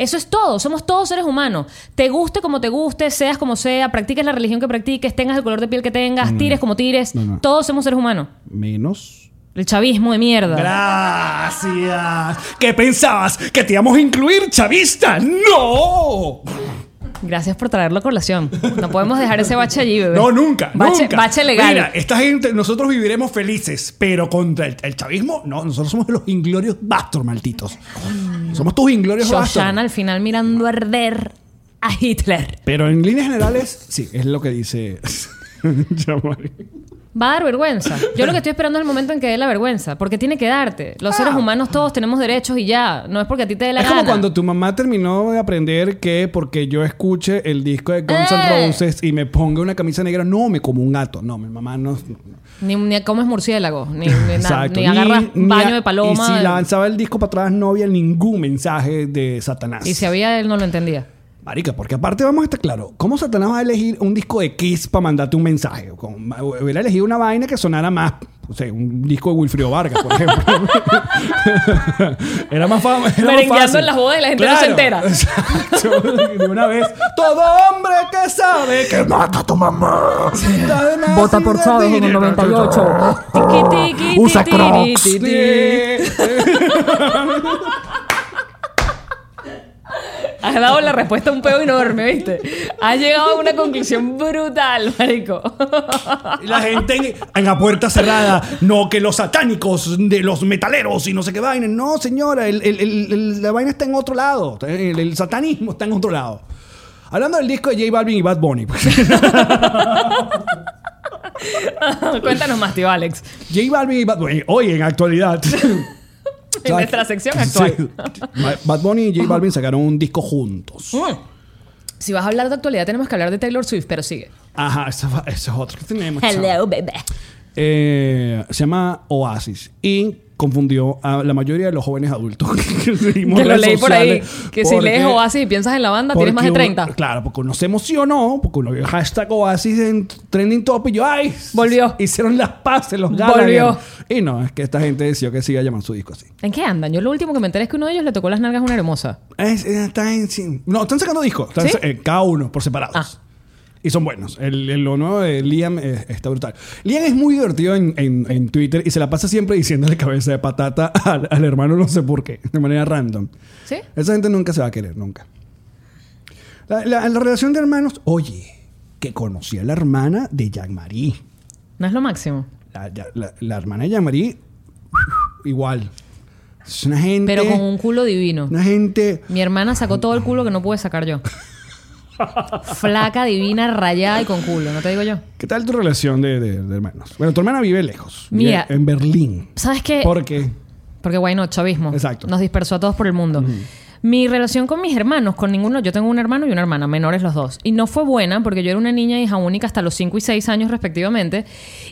Speaker 1: Eso es todo, somos todos seres humanos. Te guste como te guste, seas como sea, practiques la religión que practiques, tengas el color de piel que tengas, tires como tires,
Speaker 2: No, no.
Speaker 1: todos somos seres humanos.
Speaker 2: Menos.
Speaker 1: El chavismo de mierda.
Speaker 2: Gracias. ¿Qué pensabas? ¿Que te íbamos a incluir, chavista? ¡No!
Speaker 1: Gracias por traerlo a colación. No podemos dejar ese bache allí, bebé.
Speaker 2: No, nunca,
Speaker 1: Bache,
Speaker 2: nunca.
Speaker 1: bache legal.
Speaker 2: Mira, esta gente, nosotros viviremos felices, pero contra el, el chavismo, no, nosotros somos los inglorios bastos, malditos. Somos tus inglorios bastos.
Speaker 1: Shoshana al final mirando arder a Hitler.
Speaker 2: Pero en líneas generales, sí, es lo que dice Yamari.
Speaker 1: Va a dar vergüenza. Yo lo que estoy esperando es el momento en que dé la vergüenza, porque tiene que darte. Los seres humanos todos tenemos derechos y ya. No es porque a ti te dé la
Speaker 2: Es
Speaker 1: gana.
Speaker 2: como cuando tu mamá terminó de aprender que porque yo escuche el disco de Guns N'
Speaker 1: ¡Eh!
Speaker 2: Roses y me ponga una camisa negra, no me como un gato. No, mi mamá no.
Speaker 1: Ni, ni comes murciélago, ni, ni na-
Speaker 2: Exacto.
Speaker 1: ni agarras
Speaker 2: ni a-
Speaker 1: baño de paloma. eh.
Speaker 2: Y si
Speaker 1: de-
Speaker 2: lanzaba el disco para atrás, no había ningún mensaje de Satanás.
Speaker 1: y si había, él no lo entendía.
Speaker 2: Marica, porque aparte vamos a estar claro, ¿cómo Satanás va a elegir un disco de Kiss para mandarte un mensaje? Con- Hubiera elegido una vaina que sonara más, o sea, un disco de Wilfrido Vargas, por ejemplo. era más, fam- era más
Speaker 1: Merengueando
Speaker 2: fácil.
Speaker 1: en las bodas y la gente no se entera.
Speaker 2: Exacto. De una vez, todo hombre que sabe que mata a tu mamá. Vota por Chávez en el 98.
Speaker 1: Tiqui, tiqui,
Speaker 2: Usa
Speaker 1: tiqui,
Speaker 2: Crocs.
Speaker 1: tiqui, tiqui. Has dado la respuesta a un pedo enorme, ¿viste? Has llegado a una conclusión brutal, marico.
Speaker 2: Y La gente en, en la puerta cerrada. No, que los satánicos de los metaleros y no sé qué vaina. No, señora, el- el- el- el- la vaina está en otro lado. El, el satanismo está en otro lado. Hablando del disco de J Balvin y Bad Bunny. pues. J
Speaker 1: Cuéntanos más, tío Alex.
Speaker 2: Balvin y Bad Bunny. Hoy en actualidad.
Speaker 1: En nuestra sección actual.
Speaker 2: Sí. Ba- Bad Bunny y J Balvin sacaron un disco juntos.
Speaker 1: Mm. Si vas a hablar de actualidad, tenemos que hablar de Taylor Swift, pero sigue.
Speaker 2: Ajá, eso, va- eso es otro que tenemos. chao.
Speaker 1: Hello, baby.
Speaker 2: Eh, se llama Oasis y confundió a la mayoría de los jóvenes adultos que seguimos
Speaker 1: Que lo
Speaker 2: redes
Speaker 1: leí por ahí.
Speaker 2: sociales,
Speaker 1: Que si lees
Speaker 2: porque-
Speaker 1: Oasis y piensas en la banda, tienes más
Speaker 2: porque
Speaker 1: de
Speaker 2: uno-
Speaker 1: 30.
Speaker 2: claro, porque uno se emocionó, porque uno vio el hashtag Oasis en trending top y yo, ¡ay!
Speaker 1: Volvió.
Speaker 2: Hicieron las paces los Gallagher.
Speaker 1: Volvió.
Speaker 2: Y no, es que esta gente decidió que se iba a llamar su disco así.
Speaker 1: ¿En qué andan? Yo lo último que me enteré es que uno de ellos le tocó las nalgas a una hermosa.
Speaker 2: Es- es- está en- sin- no, están sacando discos. Están
Speaker 1: ¿Sí?
Speaker 2: sa- eh, cada uno por separados.
Speaker 1: Ah.
Speaker 2: Y son buenos. El, el- lo nuevo de Liam eh, está brutal. Liam es muy divertido en, en- en Twitter y se la pasa siempre diciéndole cabeza de patata al, al hermano, no sé por qué, de manera random.
Speaker 1: ¿Sí?
Speaker 2: Esa gente nunca se va a querer, nunca. La, la- la relación de hermanos, oye, que conocí a la hermana de Jean-Marie.
Speaker 1: No es lo máximo.
Speaker 2: La, la- la hermana de Jean-Marie, igual. Es una gente.
Speaker 1: Pero con un culo divino.
Speaker 2: Una gente.
Speaker 1: Mi hermana sacó todo el culo que no pude sacar yo. Flaca, divina, rayada y con culo, ¿no te digo yo?
Speaker 2: ¿Qué tal tu relación de, de- de hermanos? Bueno, tu hermana vive lejos. vive
Speaker 1: Mira. Eh,
Speaker 2: en Berlín.
Speaker 1: ¿Sabes qué?
Speaker 2: ¿Por qué?
Speaker 1: Porque guay no, chavismo.
Speaker 2: Exacto.
Speaker 1: Nos dispersó a todos por el mundo. Mi relación con mis hermanos, con ninguno, yo tengo un hermano y una hermana, menores los dos. Y no fue buena porque yo era una niña hija única hasta los 5 y 6 años respectivamente.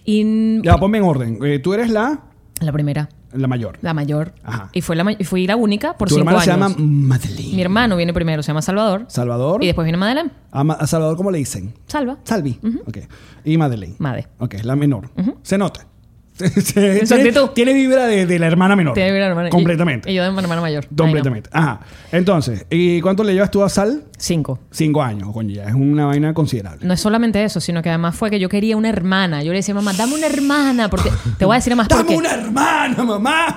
Speaker 1: Y n-
Speaker 2: Ya, ponme en orden. Eh, tú eres la,
Speaker 1: la primera,
Speaker 2: la mayor.
Speaker 1: la mayor.
Speaker 2: Ajá.
Speaker 1: Y, fue la ma- y fui la única por
Speaker 2: tu
Speaker 1: 5
Speaker 2: hermana
Speaker 1: años.
Speaker 2: se llama Madeleine.
Speaker 1: Mi hermano viene primero, se llama Salvador.
Speaker 2: Salvador.
Speaker 1: Y después viene Madeleine.
Speaker 2: A, Ma- a Salvador, ¿cómo le dicen?
Speaker 1: Salva.
Speaker 2: Salvi. Ok. Y Madeleine.
Speaker 1: Made.
Speaker 2: Ok, la menor. Se nota. Se- se-
Speaker 1: En su
Speaker 2: tiene,
Speaker 1: actitud.
Speaker 2: tiene vibra de, de la hermana menor.
Speaker 1: Tiene una hermana.
Speaker 2: Completamente.
Speaker 1: Y, y yo de mi hermana mayor.
Speaker 2: Completamente. Ajá. Entonces, ¿y cuánto le llevas tú a Sal?
Speaker 1: 5.
Speaker 2: Cinco años, coño, ya es una vaina considerable.
Speaker 1: No es solamente eso, sino que además fue que yo quería una hermana. Yo le decía, mamá, dame una hermana. Porque te voy a decir más.
Speaker 2: ¡Dame
Speaker 1: porque-
Speaker 2: una hermana, mamá!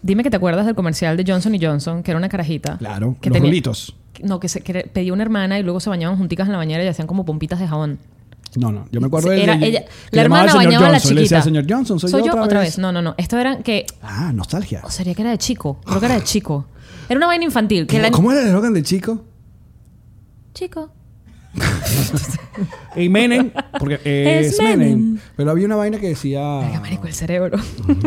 Speaker 1: Dime que te acuerdas del comercial de Johnson Johnson, que era una carajita.
Speaker 2: Claro,
Speaker 1: que
Speaker 2: los
Speaker 1: tenía-
Speaker 2: rulitos.
Speaker 1: No, que, se, que pedía una hermana y luego se bañaban junticas en la bañera y hacían como pompitas de jabón.
Speaker 2: No, no, yo me acuerdo del-
Speaker 1: Era
Speaker 2: del-
Speaker 1: ella-
Speaker 2: que
Speaker 1: la
Speaker 2: llamaba al
Speaker 1: hermana
Speaker 2: señor
Speaker 1: bañaba a la
Speaker 2: Johnson, le decía,
Speaker 1: chiquita.
Speaker 2: señor Johnson, soy,
Speaker 1: yo, otra vez. No, no, no. Esto era que.
Speaker 2: Ah, nostalgia.
Speaker 1: O sería que era de chico. Creo que era de chico. Era una vaina infantil. Que la-
Speaker 2: ¿Cómo era el eslogan de chico?
Speaker 1: Chico.
Speaker 2: Y Menem, porque eh,
Speaker 1: Es
Speaker 2: es Menem.
Speaker 1: Menem.
Speaker 2: Pero había una vaina que decía...
Speaker 1: Venga, marico, el cerebro.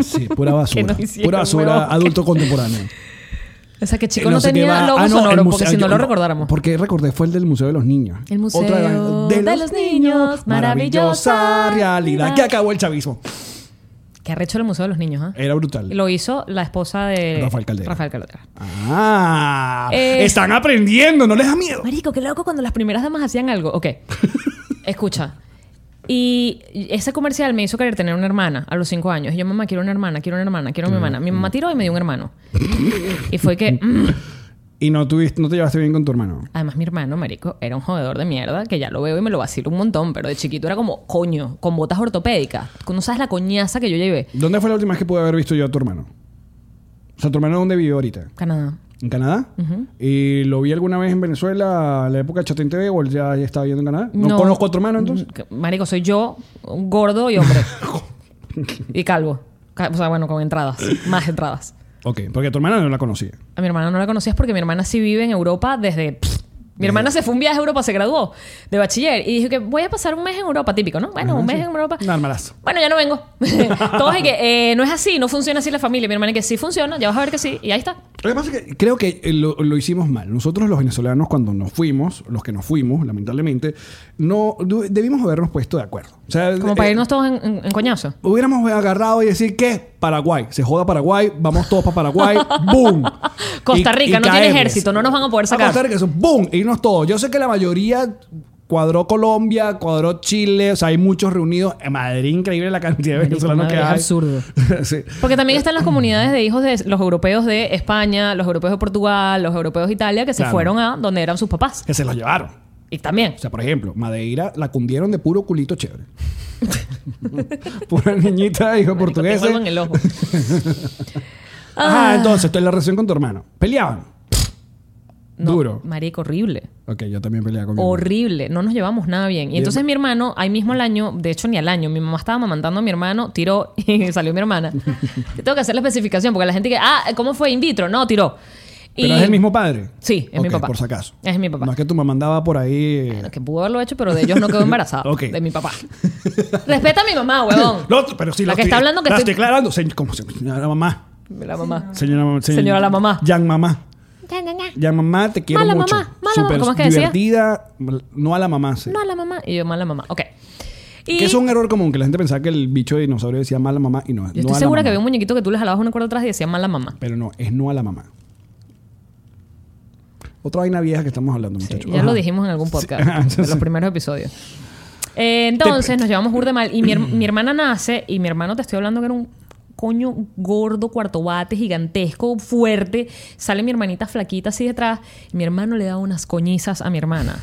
Speaker 2: Sí, pura
Speaker 1: Que
Speaker 2: basura.
Speaker 1: nos hicieron,
Speaker 2: pura basura
Speaker 1: huevón.
Speaker 2: adulto contemporáneo.
Speaker 1: O sea, que chico
Speaker 2: Eh,
Speaker 1: no,
Speaker 2: sé qué
Speaker 1: tenía
Speaker 2: va-
Speaker 1: logo
Speaker 2: ah, no, el
Speaker 1: sonoro, porque
Speaker 2: museo-
Speaker 1: si no
Speaker 2: yo-
Speaker 1: lo recordáramos.
Speaker 2: Porque recordé, fue el del Museo de los Niños.
Speaker 1: El Museo
Speaker 2: de los, Niños. Maravillosa realidad.
Speaker 1: realidad.
Speaker 2: Que acabó el chavismo.
Speaker 1: Que arrecho el Museo de los Niños, ¿ah?
Speaker 2: Era brutal.
Speaker 1: Lo hizo la esposa de
Speaker 2: Rafael Caldera.
Speaker 1: Rafael Caldera.
Speaker 2: Ah,
Speaker 1: Eh,
Speaker 2: están aprendiendo, no les da miedo.
Speaker 1: Marico, qué loco cuando las primeras damas hacían algo. Ok. Escucha. Y ese comercial me hizo querer tener una hermana a los cinco años. Y yo, mamá, quiero una hermana, quiero una hermana, quiero
Speaker 2: Mm,
Speaker 1: una hermana. Mi mamá tiró y me dio un hermano. Y fue que. mm.
Speaker 2: Y no, tuviste, no te llevaste bien con tu hermano.
Speaker 1: Además, mi hermano, marico, era un jodedor de mierda que ya lo veo y me lo vacilo un montón. Pero de chiquito era como coño, con botas ortopédicas. No sabes la coñaza que yo llevé.
Speaker 2: ¿Dónde fue la última vez que pude haber visto yo a tu hermano? O sea, ¿tu hermano dónde vive ahorita?
Speaker 1: Canadá.
Speaker 2: ¿En Canadá? ¿Y lo vi alguna vez en Venezuela, la época de Chatín TV, o él ya, ya estaba viviendo en Canadá? ¿No, conozco a tu hermano entonces?
Speaker 1: Mm, que- Marico, soy yo, gordo y hombre. y calvo. Ca- O sea, bueno, con entradas. Más entradas.
Speaker 2: Ok, porque tu hermana no la conocía.
Speaker 1: A mi hermana no la conocías porque mi hermana sí vive en Europa desde... pff, mi hermana se fue un viaje a Europa, se graduó de bachiller y dijo que voy a pasar un mes en Europa, típico, ¿no? Bueno, un mes en Europa.
Speaker 2: Un armalazo.
Speaker 1: Bueno, ya no vengo. Todos y que eh, no es así, no funciona así la familia. Mi hermana y que sí funciona, ya vas a ver que sí. Y ahí está.
Speaker 2: Lo que pasa es que creo que eh, lo, lo hicimos mal. Nosotros los venezolanos cuando nos fuimos, los que nos fuimos, lamentablemente, no du- debimos habernos puesto de acuerdo. O sea,
Speaker 1: Como para
Speaker 2: eh,
Speaker 1: irnos todos en, en- en coñazo.
Speaker 2: Hubiéramos agarrado y decir que Paraguay, se joda Paraguay, vamos todos para Paraguay, ¡boom!
Speaker 1: Costa
Speaker 2: Y- y
Speaker 1: Rica no tiene
Speaker 2: caemos. Ah,
Speaker 1: ejército, no nos van a poder sacar.
Speaker 2: Costa Rica, eso, ¡boom! Irnos todos. Yo sé que la mayoría cuadró Colombia, cuadró Chile, o sea, hay muchos reunidos. En Madrid, increíble la cantidad de
Speaker 1: Marico,
Speaker 2: venezolanos que
Speaker 1: Madrid es
Speaker 2: hay.
Speaker 1: absurdo.
Speaker 2: sí.
Speaker 1: Porque también están las comunidades de hijos de los europeos de España, los europeos de Portugal, los europeos de Italia, que se
Speaker 2: Claro.
Speaker 1: fueron a donde eran sus papás.
Speaker 2: Que se los llevaron.
Speaker 1: Y también.
Speaker 2: O sea, por ejemplo, Madeira la cundieron de puro culito chévere. Pura niñita,
Speaker 1: Marico,
Speaker 2: hijo
Speaker 1: tengo
Speaker 2: portugués.
Speaker 1: algo en el Ah. ojo.
Speaker 2: Ajá, entonces, estoy en la relación con tu hermano. Peleaban.
Speaker 1: No,
Speaker 2: Duro.
Speaker 1: Marico, horrible.
Speaker 2: Ok, yo también peleaba con mi hermano.
Speaker 1: Horrible. No nos llevamos nada bien. Y entonces mi hermano, ahí mismo al año, de hecho ni al año, mi mamá estaba mamantando a mi hermano, tiró y salió mi hermana. Yo tengo que hacer la especificación porque la gente que, ah, ¿cómo fue in vitro? No, tiró. Y-
Speaker 2: ¿Pero es el mismo padre?
Speaker 1: Sí, es mi
Speaker 2: Ok,
Speaker 1: papá.
Speaker 2: Por si acaso.
Speaker 1: Es mi papá.
Speaker 2: No es que tu mamá andaba por ahí. eh,
Speaker 1: Bueno, que pudo haberlo hecho, pero de ellos no quedó embarazada.
Speaker 2: Ok.
Speaker 1: De mi papá. Respeta a mi mamá, huevón.
Speaker 2: No, pero sí,
Speaker 1: la
Speaker 2: eh. lo
Speaker 1: que
Speaker 2: estoy-
Speaker 1: está hablando que
Speaker 2: la
Speaker 1: estoy...
Speaker 2: estoy aclarando. Señ- ¿Cómo se Señora mamá.
Speaker 1: La mamá.
Speaker 2: Señora mamá. señ-
Speaker 1: Señora la mamá.
Speaker 2: Yan mamá.
Speaker 4: Ya, ya, ya.
Speaker 2: Yan mamá, te quiero
Speaker 1: Mala
Speaker 2: mucho.
Speaker 1: mamá, mala mamá,
Speaker 2: Súper
Speaker 1: ¿cómo es que decía?
Speaker 2: divertida. No a la mamá, sí.
Speaker 1: Mala mamá. Y yo, mala mamá. Ok. Y
Speaker 2: Que es un error común, que la gente pensaba que el bicho de dinosaurio decía mala mamá y no.
Speaker 1: yo estoy segura que había un muñequito que tú le jalabas una cuerda atrás y decía mala mamá.
Speaker 2: Pero no, es no a la mamá. Otra vaina vieja que estamos hablando,
Speaker 1: Sí,
Speaker 2: muchachos.
Speaker 1: ya
Speaker 2: Ajá.
Speaker 1: lo dijimos en algún podcast,
Speaker 2: Ah, ya
Speaker 1: en
Speaker 2: sé.
Speaker 1: los primeros episodios. Eh, entonces nos llevamos burda mal. Y mi, her- mi hermana nace, y mi hermano te estoy hablando que era un coño gordo, cuarto bate, gigantesco, fuerte. Sale mi hermanita flaquita así detrás. Y mi hermano le da unas coñizas a mi hermana.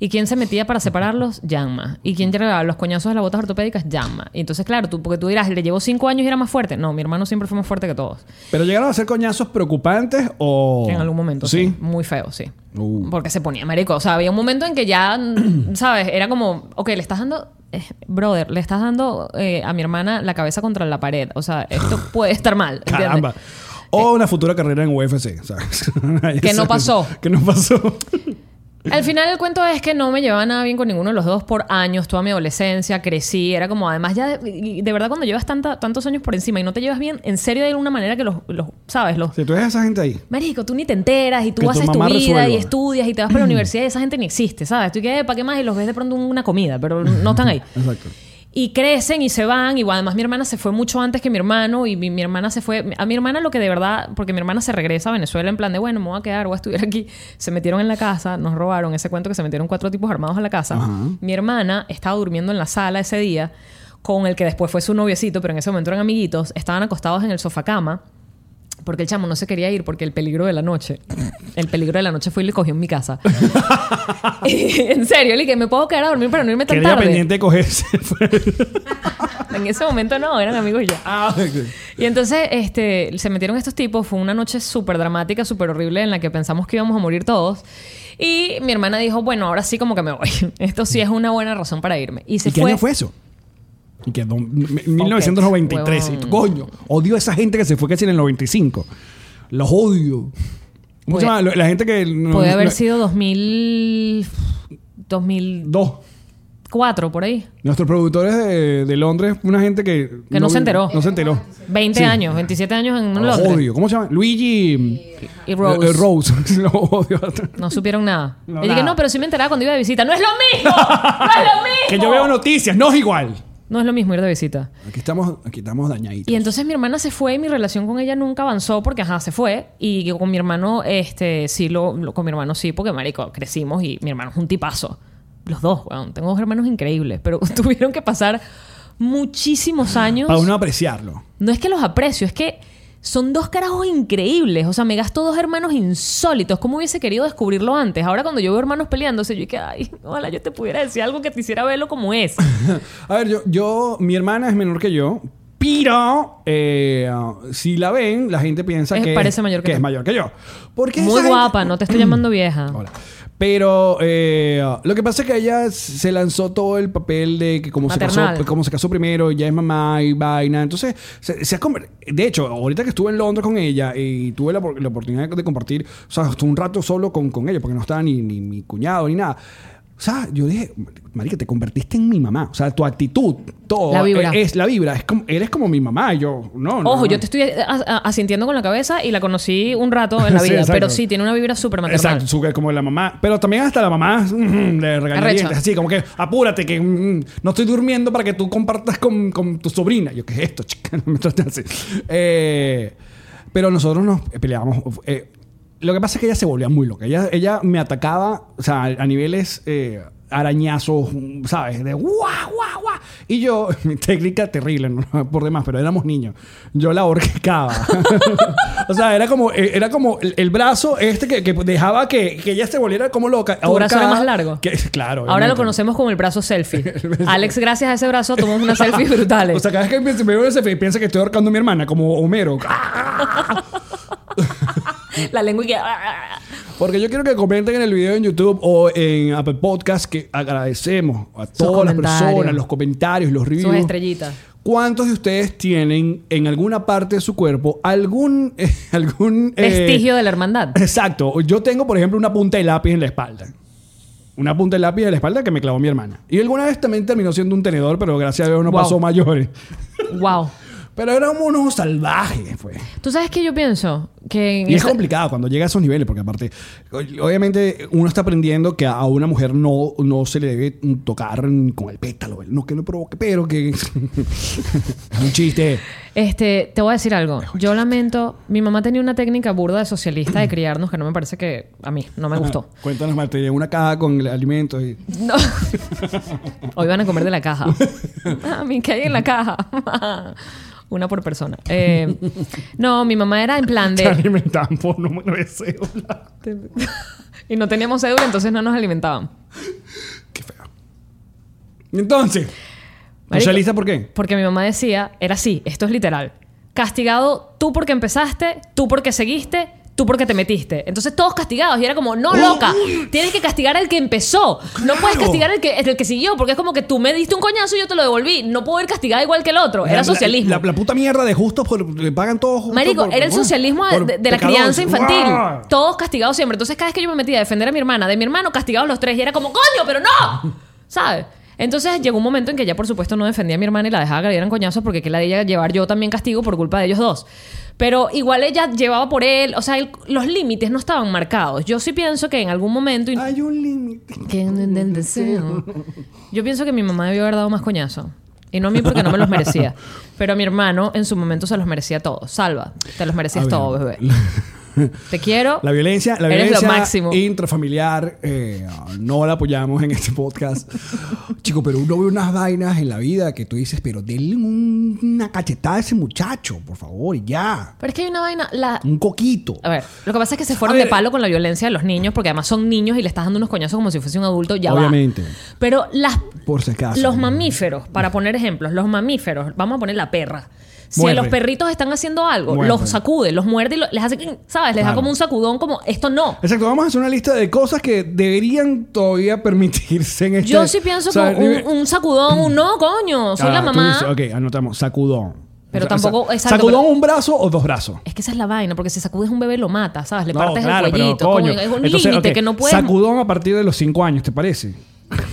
Speaker 1: ¿Y quién se metía para separarlos? Yanma. ¿Y quién llevaba los coñazos de las botas ortopédicas? Yanma. Y entonces, claro, tú, porque tú dirás, le llevo cinco años y era más fuerte. No, mi hermano siempre fue más fuerte que todos.
Speaker 2: Pero llegaron a ser coñazos preocupantes o.
Speaker 1: En algún momento, sí.
Speaker 2: Oh. Sí.
Speaker 1: Muy feo, sí.
Speaker 2: Uh.
Speaker 1: Porque se ponía marico. O sea, había un momento en que ya, ¿sabes? Era como, ok, le estás dando, eh, brother, le estás dando eh, a mi hermana la cabeza contra la pared. O sea, esto puede estar mal. ¿entiendes?
Speaker 2: Caramba. O una futura carrera en UFC. ¿sabes?
Speaker 1: Que no pasó.
Speaker 2: Que no pasó.
Speaker 1: Al final el cuento es que no me llevaba nada bien con ninguno de los dos por años, toda mi adolescencia, crecí, era como además ya de, y de verdad cuando llevas tanta, tantos años por encima y no te llevas bien, en serio de alguna manera que los, los sabes, los...
Speaker 2: Si tú ves a esa gente ahí.
Speaker 1: Marico, tú ni te enteras y tú
Speaker 2: Que tu
Speaker 1: haces tu,
Speaker 2: mamá
Speaker 1: vida
Speaker 2: resuelva.
Speaker 1: y estudias y te vas para la universidad y esa gente ni existe, ¿sabes? Tú que, ¿para qué más? Y los ves de pronto en una comida, pero no están ahí.
Speaker 2: Exacto.
Speaker 1: Y crecen y se van. Y bueno, además mi hermana se fue mucho antes que mi hermano. Y mi, mi hermana se fue. A mi hermana lo que de verdad, porque mi hermana se regresa a Venezuela en plan de, bueno, me voy a quedar, voy a estudiar aquí. Se metieron en la casa, nos robaron ese cuento que se metieron cuatro tipos armados a la casa. Mi hermana estaba durmiendo en la sala ese día con el que después fue su noviecito, pero en ese momento eran amiguitos. Estaban acostados en el sofá cama. Porque el chamo no se quería ir porque el peligro de la noche. El peligro de la noche fue y le cogió en mi casa. Y, en serio, le dije, me puedo quedar a dormir para no irme tan
Speaker 2: Quería
Speaker 1: tarde.
Speaker 2: pendiente de cogerse.
Speaker 1: En ese momento no, eran amigos y yo.
Speaker 2: ah,
Speaker 1: Y entonces este, se metieron estos tipos. Fue una noche súper dramática, súper horrible, en la que pensamos que íbamos a morir todos. Y mi hermana dijo, bueno, ahora sí como que me voy. Esto sí es una buena razón para irme. Y se
Speaker 2: ¿Y qué
Speaker 1: fue.
Speaker 2: año fue eso? Y que don- m- 1993.
Speaker 1: huevón.
Speaker 2: Y tú, coño, odio a esa gente que se fue casi en el 95. Los odio. ¿Cómo
Speaker 1: Puede-
Speaker 2: se llama? Lo- la gente que. no-
Speaker 1: Pues, Puede haber
Speaker 2: no-
Speaker 1: sido 2000... 2004,
Speaker 2: Dos.
Speaker 1: por ahí.
Speaker 2: Nuestros productores de, de Londres, una gente que.
Speaker 1: Que no se enteró.
Speaker 2: No se enteró.
Speaker 1: 20
Speaker 2: Sí.
Speaker 1: años, 27 años en
Speaker 2: Los
Speaker 1: Londres.
Speaker 2: odio. ¿Cómo se llama? Luigi.
Speaker 1: Y Rose.
Speaker 2: eh, Rose. Los odio.
Speaker 1: No supieron nada.
Speaker 2: No,
Speaker 1: y dije,
Speaker 2: nada.
Speaker 1: no, pero sí me enteraba cuando iba de visita. ¡No es lo mismo! ¡No es lo mismo!
Speaker 2: Que yo veo noticias, no es igual.
Speaker 1: No es lo mismo ir de visita.
Speaker 2: Aquí estamos, aquí estamos dañaditos.
Speaker 1: Y entonces mi hermana se fue y mi relación con ella nunca avanzó porque, ajá, se fue. Y yo con mi hermano, este, sí, lo, lo- con mi hermano sí, porque, marico, crecimos y mi hermano es un tipazo. Los dos, weón. Tengo dos hermanos increíbles, pero tuvieron que pasar muchísimos años.
Speaker 2: Para uno apreciarlo.
Speaker 1: No es que los aprecio, es que son dos carajos increíbles. O sea, me gasto dos hermanos insólitos. ¿Cómo hubiese querido descubrirlo antes? Ahora cuando yo veo hermanos peleándose, yo que, ay, ojalá yo te pudiera decir algo que te hiciera verlo como es.
Speaker 2: A ver, yo, yo, mi hermana es menor que yo, pero eh, si la ven, la gente piensa
Speaker 1: Es-
Speaker 2: que,
Speaker 1: Eh, parece mayor que tú.
Speaker 2: es mayor que yo. Porque
Speaker 1: Muy
Speaker 2: esa gente-
Speaker 1: guapa, no te estoy llamando vieja.
Speaker 2: Ah, Hola. Pero eh, lo que pasa es que ella se lanzó todo el papel de que como, se casó,
Speaker 1: Maternal.
Speaker 2: como se casó primero, ya es mamá y vaina. Entonces, se, se ha conver- de hecho, ahorita que estuve en Londres con ella y tuve la, por- la oportunidad de compartir, o sea, estuve un rato solo con, con ella, porque no estaba ni, ni mi cuñado ni nada. O sea, yo dije, marica, te convertiste en mi mamá. O sea, tu actitud, todo.
Speaker 1: La vibra.
Speaker 2: Es, es la vibra. Es como, eres como mi mamá. Y yo, no, no.
Speaker 1: Ojo,
Speaker 2: no.
Speaker 1: yo te estoy a- a- asintiendo con la cabeza y la conocí un rato en la
Speaker 2: Sí,
Speaker 1: vida,
Speaker 2: exacto.
Speaker 1: pero sí, tiene una vibra súper maternal.
Speaker 2: Exacto, su- como la mamá. Pero también hasta la mamá mm, le regaña
Speaker 1: Arrecha.
Speaker 2: Así como que, apúrate, que mm, no estoy durmiendo para que tú compartas con, con tu sobrina. Yo, ¿qué es esto, chica? No me trates así. Eh, pero nosotros nos peleábamos. eh, lo que pasa es que ella se volvía muy loca. Ella, ella me atacaba, o sea, a niveles... eh, arañazos, ¿sabes? De guau, guau, guau. Y yo, mi técnica terrible, ¿no? por demás, pero éramos niños. Yo la ahorcaba. o sea, era como, eh, era como el, el brazo este que, que dejaba que, que ella se volviera como
Speaker 1: Tu
Speaker 2: loca.
Speaker 1: brazo era
Speaker 2: ahorcada.
Speaker 1: más largo.
Speaker 2: Que- claro.
Speaker 1: Ahora lo
Speaker 2: obviamente.
Speaker 1: conocemos como el brazo selfie. Alex, gracias a ese brazo, tomamos unas selfies brutales.
Speaker 2: O sea, cada vez que me me veo ese fe- piensa que estoy ahorcando a mi hermana, como Homero.
Speaker 1: la lengua y que... ah,
Speaker 2: Porque yo quiero que comenten en el video en YouTube o en Apple Podcast que agradecemos a todas las
Speaker 1: comentarios.
Speaker 2: personas, los comentarios, los reviews.
Speaker 1: Sus estrellitas.
Speaker 2: ¿Cuántos de ustedes tienen en alguna parte de su cuerpo algún... eh, algún eh,
Speaker 1: Vestigio de la hermandad.
Speaker 2: Exacto. Yo tengo, por ejemplo, una punta de lápiz en la espalda. Una punta de lápiz en la espalda que me clavó mi hermana. Y alguna vez también terminó siendo un tenedor, pero gracias a Dios no
Speaker 1: Wow.
Speaker 2: pasó mayores.
Speaker 1: wow.
Speaker 2: Pero éramos unos salvajes, pues.
Speaker 1: ¿Tú sabes qué yo pienso? Que en
Speaker 2: Y es
Speaker 1: esta-
Speaker 2: complicado cuando llega a esos niveles, porque aparte, o- obviamente uno está aprendiendo que a una mujer no, no se le debe tocar con el pétalo, no que no provoque, pero que... es un chiste.
Speaker 1: Este, te voy a decir algo. Yo lamento... Mi mamá tenía una técnica burda de socialista de criarnos que no me parece que... A mí, no me gustó.
Speaker 2: Cuéntanos, Marta, y en una caja con el alimento y...
Speaker 1: No. Hoy van a comer de la caja. A mí que hay en la caja. Una por persona. Eh, no, mi mamá era en plan
Speaker 2: Te
Speaker 1: de.
Speaker 2: alimentan por número de cédula.
Speaker 1: Y no teníamos cédula, entonces no nos alimentaban.
Speaker 2: Qué feo. Entonces,
Speaker 1: Marico.
Speaker 2: ¿socialista por qué?
Speaker 1: Porque mi mamá decía, era así, esto es literal. Castigado tú porque empezaste, tú porque seguiste, tú porque te metiste. Entonces todos castigados y era como, no, loca, tienes que castigar al que empezó. No puedes
Speaker 2: Claro.
Speaker 1: castigar al que, el que siguió, porque es como que tú me diste un coñazo y yo te lo devolví. No puedo ir castigada igual que el otro.
Speaker 2: La-
Speaker 1: Era
Speaker 2: la-
Speaker 1: socialismo.
Speaker 2: La, la puta mierda de justos por- le pagan todos justos.
Speaker 1: Marico,
Speaker 2: por-
Speaker 1: era el
Speaker 2: por-
Speaker 1: socialismo
Speaker 2: por
Speaker 1: de, de la
Speaker 2: pecadores.
Speaker 1: crianza infantil.
Speaker 2: ¡Uah!
Speaker 1: Todos castigados siempre. Entonces, cada vez que yo me metía a defender a mi hermana, de mi hermano, castigados los tres. Y era como, coño, pero no. ¿Sabes? Entonces llegó un momento en que ya, por supuesto, no defendía a mi hermana y la dejaba que le dieran coñazos porque que la de ella llevar yo también castigo por culpa de ellos dos. Pero igual ella llevaba por él. O sea, el- los límites no estaban marcados. Yo sí pienso que en algún momento...
Speaker 2: Hay un límite.
Speaker 1: Que no en el deseo. Yo pienso que mi mamá debió haber dado más coñazo. Y no a mí porque no me los merecía. Pero a mi hermano en su momento se los merecía todos. Salva, te los merecías
Speaker 2: A ver,
Speaker 1: todos, bebé. Te quiero.
Speaker 2: Ah, La violencia, la
Speaker 1: Eres lo
Speaker 2: violencia
Speaker 1: máximo.
Speaker 2: intrafamiliar eh, no la apoyamos en este podcast. Chico, pero uno ve unas vainas en la vida que tú dices, pero denle un- una cachetada a ese muchacho, por favor, y ya.
Speaker 1: Pero es que hay una vaina... La...
Speaker 2: Un coquito.
Speaker 1: A ver, lo que pasa es que se fueron
Speaker 2: A ver.
Speaker 1: de palo con la violencia de los niños porque además son niños y le estás dando unos coñazos como si fuese un adulto. Ya va.
Speaker 2: Obviamente. Ah,
Speaker 1: Pero las...
Speaker 2: Por si acaso.
Speaker 1: Los mamíferos, para poner ejemplos, los mamíferos, vamos a poner la perra. Si
Speaker 2: Muerde.
Speaker 1: los perritos están haciendo algo,
Speaker 2: Muerde.
Speaker 1: los sacude, los muerde y lo- les hace, ¿sabes? Les da
Speaker 2: Claro.
Speaker 1: como un sacudón, como esto no.
Speaker 2: Exacto, vamos a hacer una lista de cosas que deberían todavía permitirse en este...
Speaker 1: Yo sí pienso
Speaker 2: o sea,
Speaker 1: que un, un sacudón, un no, coño, soy
Speaker 2: Ah,
Speaker 1: la
Speaker 2: tú
Speaker 1: mamá.
Speaker 2: dices, ok, anotamos, sacudón.
Speaker 1: Pero tampoco- exacto,
Speaker 2: ¿Sacudón
Speaker 1: pero-
Speaker 2: un brazo o dos brazos?
Speaker 1: Es que esa es la vaina, porque si sacudes un bebé lo matas, ¿sabes? Le
Speaker 2: No,
Speaker 1: partes
Speaker 2: claro,
Speaker 1: el
Speaker 2: pero
Speaker 1: cuellito.
Speaker 2: coño.
Speaker 1: coño, es un
Speaker 2: Entonces,
Speaker 1: límite
Speaker 2: ok,
Speaker 1: que no puedes.
Speaker 2: Sacudón a partir de los 5 años, ¿te parece?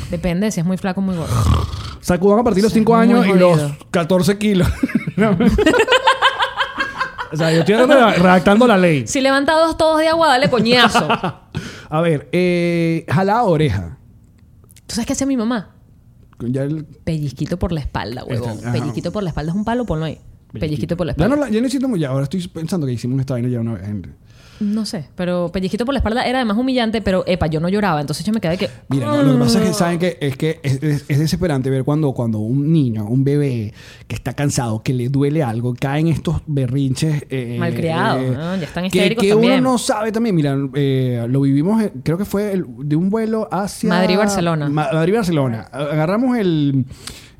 Speaker 1: Depende si es muy flaco o muy gordo.
Speaker 2: Sacudón a partir de los
Speaker 1: Sí,
Speaker 2: 5
Speaker 1: muy
Speaker 2: años y
Speaker 1: jodido.
Speaker 2: los 14 kilos. No. o sea, yo estoy re- redactando la ley.
Speaker 1: Si levanta dos todos de agua, dale coñazo.
Speaker 2: A ver, eh, jalada oreja.
Speaker 1: ¿Tú sabes qué hacía mi mamá?
Speaker 2: Ya el-
Speaker 1: Pellizquito por la espalda, huevón.
Speaker 2: Este, ajá.
Speaker 1: Pellizquito por la espalda es un palo, ponlo ahí. Pellizquito por la
Speaker 2: Ya
Speaker 1: espalda.
Speaker 2: no, la- ya no hicimos ya. Ahora estoy pensando que hicimos esta vaina ya una vez. gente.
Speaker 1: No sé, pero pellizquito por la espalda era además humillante, pero epa, yo no lloraba, entonces yo me quedé que. "Mm".
Speaker 2: Mira, no, lo que pasa es
Speaker 1: Ah.
Speaker 2: que saben que es que es, es- es desesperante ver cuando, cuando un niño, un bebé que está cansado, que le duele algo, caen estos berrinches. eh,
Speaker 1: Malcriados, ¿no? Ya están
Speaker 2: que-
Speaker 1: histéricos
Speaker 2: Que,
Speaker 1: también.
Speaker 2: uno no sabe también. Mira, eh, lo vivimos, eh, creo que fue el- de un vuelo hacia.
Speaker 1: Madrid-Barcelona.
Speaker 2: Ma- Madrid-Barcelona. A- Agarramos el.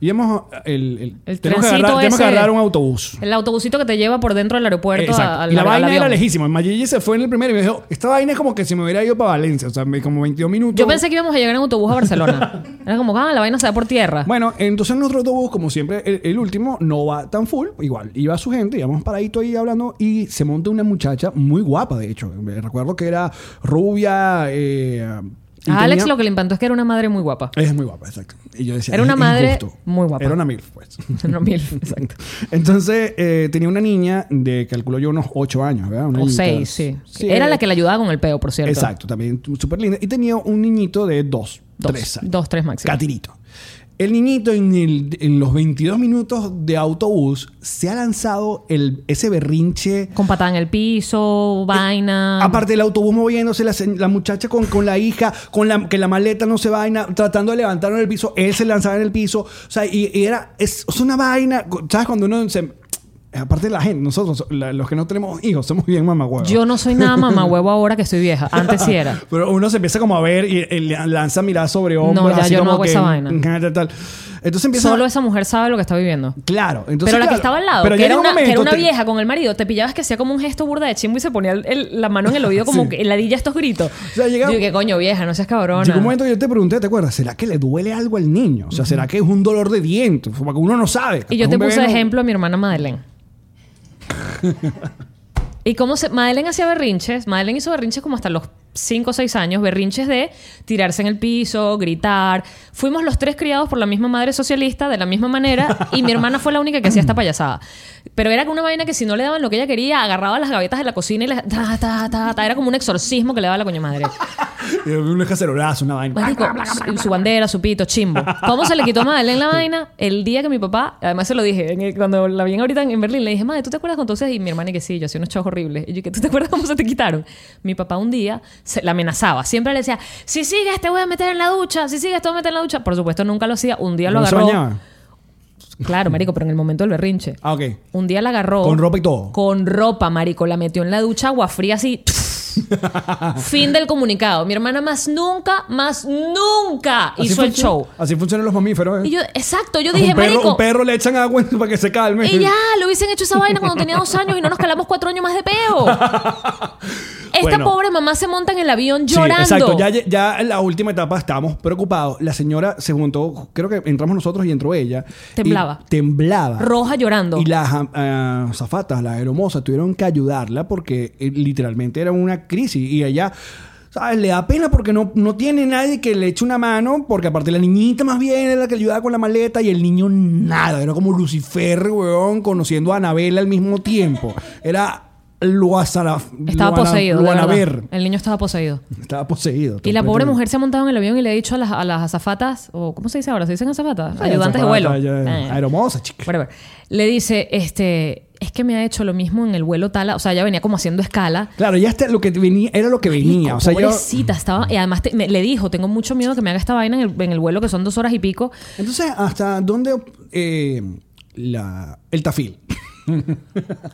Speaker 2: Íbamos el, el,
Speaker 1: El
Speaker 2: tenemos,
Speaker 1: trencito
Speaker 2: que agarrar, tenemos que
Speaker 1: ese.
Speaker 2: agarrar un autobús.
Speaker 1: El autobusito que te lleva por dentro del aeropuerto a-
Speaker 2: Exacto.
Speaker 1: al-
Speaker 2: y la
Speaker 1: al
Speaker 2: vaina
Speaker 1: avión.
Speaker 2: era lejísima. Mayelli se fue en el primero y me dijo: Esta vaina es como que si me hubiera ido para Valencia. O sea, me- como 22 minutos.
Speaker 1: Yo pensé que íbamos a llegar en autobús a Barcelona. Era como, ah, la vaina se da por tierra.
Speaker 2: Bueno, entonces nuestro autobús, como siempre, el, el último no va tan full. Igual, iba su gente, íbamos paradito ahí hablando y se monta una muchacha muy guapa, de hecho. Me Recuerdo que era rubia. eh, y
Speaker 1: a Alex
Speaker 2: tenía- Eh,
Speaker 1: lo que le impantó es que era una madre muy guapa.
Speaker 2: Es muy guapa, exacto. Y yo decía,
Speaker 1: Era
Speaker 2: "Es
Speaker 1: una madre
Speaker 2: injusto".
Speaker 1: muy guapa.
Speaker 2: Era una mil, pues.
Speaker 1: No, mil, exacto.
Speaker 2: Entonces, eh, tenía una niña de, calculo yo, unos 8 años, ¿verdad? Una
Speaker 1: O
Speaker 2: niñita.
Speaker 1: seis, sí. Era la que le ayudaba con el peo, por cierto.
Speaker 2: eh, Exacto, también súper linda. Y tenía un niñito de 2,
Speaker 1: Dos,
Speaker 2: 3 años.
Speaker 1: dos, tres máximo.
Speaker 2: Catirito. El niñito en, el- en los 22 minutos de autobús se ha lanzado el, ese berrinche.
Speaker 1: Con patada en el piso, vaina.
Speaker 2: Eh, Aparte del autobús moviéndose, la, se- la muchacha con, con la hija, con la que la maleta no se vaina, tratando de levantarlo en el piso, él se lanzaba en el piso. O sea, y, y era, es, es una vaina. ¿Sabes? Cuando uno se. Aparte de la gente, nosotros, la- los que no tenemos hijos, somos bien mamagüevos.
Speaker 1: Yo no soy nada mamahuevo ahora que estoy vieja. Antes sí era.
Speaker 2: Pero uno se empieza como a ver y, y le lanza mirada sobre
Speaker 1: No,
Speaker 2: hombros.
Speaker 1: ya
Speaker 2: así
Speaker 1: yo no
Speaker 2: como
Speaker 1: hago
Speaker 2: que,
Speaker 1: esa vaina.
Speaker 2: tal, tal. Entonces empieza.
Speaker 1: Solo esa mujer sabe lo que está viviendo.
Speaker 2: Claro. Entonces,
Speaker 1: pero la que
Speaker 2: claro,
Speaker 1: estaba al lado,
Speaker 2: pero
Speaker 1: que
Speaker 2: ya
Speaker 1: era,
Speaker 2: en un
Speaker 1: una, que era
Speaker 2: momento
Speaker 1: una
Speaker 2: te-
Speaker 1: vieja con el marido, te pillabas que hacía como un gesto burda de chimbo y se ponía el- el- la mano en el oído como
Speaker 2: Sí.
Speaker 1: que heladilla estos gritos.
Speaker 2: O sea, llegaba-
Speaker 1: Yo, ¿qué coño, vieja? No seas cabrona.
Speaker 2: Llegó un momento que yo te pregunté, ¿te acuerdas? ¿Será que le duele algo al niño? O sea, ¿será que es un dolor de dientes? Porque uno no sabe.
Speaker 1: Y yo
Speaker 2: Capaz
Speaker 1: te
Speaker 2: un bebé
Speaker 1: puse de
Speaker 2: no-
Speaker 1: ejemplo a mi hermana Madeleine. ¿Y cómo se.? Madeleine hacía berrinches. Madeleine hizo berrinches como hasta los 5 o 6 años. Berrinches de tirarse en el piso, gritar. Fuimos los tres criados por la misma madre socialista, de la misma manera. Y mi hermana fue la única que hacía esta payasada. Pero era una vaina que si no le daban lo que ella quería, agarraba las gavetas de la cocina y les. ta, ta, ta, ta. Era como un exorcismo que le daba la coño madre.
Speaker 2: Eh, Un cacerolazo, una vaina.
Speaker 1: Marico, Pues su, su bandera, su pito, chimbo. ¿Cómo se le quitó a Madeleine la vaina? El día que mi papá, además se lo dije, en el- cuando la vi ahorita en, en Berlín, le dije, madre, ¿tú te acuerdas cuando entonces? Y mi hermana y que sí, yo hacía unos shows horribles. Y yo que, ¿tú te acuerdas cómo se te quitaron? Mi papá un día se, la amenazaba. Siempre le decía, si sigues te voy a meter en la ducha, si sigues te voy a meter en la ducha. Por supuesto, nunca lo hacía. Un día lo
Speaker 2: ¿No Ah, se
Speaker 1: agarró.
Speaker 2: bañaba?
Speaker 1: Claro, marico, pero en el momento del berrinche.
Speaker 2: Ah, ok.
Speaker 1: Un día la agarró.
Speaker 2: Con ropa y todo.
Speaker 1: Con ropa, marico. La metió en la ducha, agua fría así. fin del comunicado. Mi hermana más nunca, más nunca hizo el
Speaker 2: func-
Speaker 1: show.
Speaker 2: Así funcionan los mamíferos. ¿eh?
Speaker 1: Y yo, exacto, yo
Speaker 2: A
Speaker 1: dije,
Speaker 2: un perro,
Speaker 1: marico.
Speaker 2: un perro le echan agua para que se calme.
Speaker 1: Y ya, lo hubiesen hecho esa vaina cuando tenía dos años y no nos calamos cuatro años más de peo. Esta
Speaker 2: Bueno.
Speaker 1: pobre mamá se monta en el avión
Speaker 2: Sí,
Speaker 1: llorando.
Speaker 2: exacto. Ya, lle- ya en la última etapa estábamos preocupados. La señora se juntó, creo que entramos nosotros y entró ella.
Speaker 1: Temblaba.
Speaker 2: Y temblaba.
Speaker 1: Roja llorando.
Speaker 2: Y las zafatas, las aeromosas, tuvieron que ayudarla porque eh, literalmente era una crisis. Y ella, ¿sabes? Le da pena porque no, no tiene nadie que le eche una mano. Porque aparte la niñita más bien era la que ayudaba con la maleta y el niño nada. Era como Lucifer, weón, conociendo a Anabela al mismo tiempo. Era lo azaraf...
Speaker 1: Estaba
Speaker 2: lo ana-
Speaker 1: poseído.
Speaker 2: Lo
Speaker 1: de verdad.
Speaker 2: anaber.
Speaker 1: El niño estaba poseído.
Speaker 2: Estaba poseído.
Speaker 1: Y la pobre
Speaker 2: completamente.
Speaker 1: mujer se ha montado en el avión y le ha dicho a las, a las azafatas, o ¿cómo se dice ahora? ¿Se dicen azafatas?
Speaker 2: Sí,
Speaker 1: Ayudantes
Speaker 2: azafata,
Speaker 1: de vuelo.
Speaker 2: ya-
Speaker 1: Eh.
Speaker 2: Aeromoza, chica.
Speaker 1: Whatever. Le dice, este, es que me ha hecho lo mismo en el vuelo tal, o sea, ella venía como haciendo escala.
Speaker 2: Claro, ya está, lo que venía, era lo que
Speaker 1: Marico,
Speaker 2: venía. O sea, yo,
Speaker 1: pobrecita, estaba. Y además te- me- le dijo: Tengo mucho miedo que me haga esta vaina en el, en el vuelo, que son dos horas y pico.
Speaker 2: entonces, ¿hasta dónde eh, la, el tafil?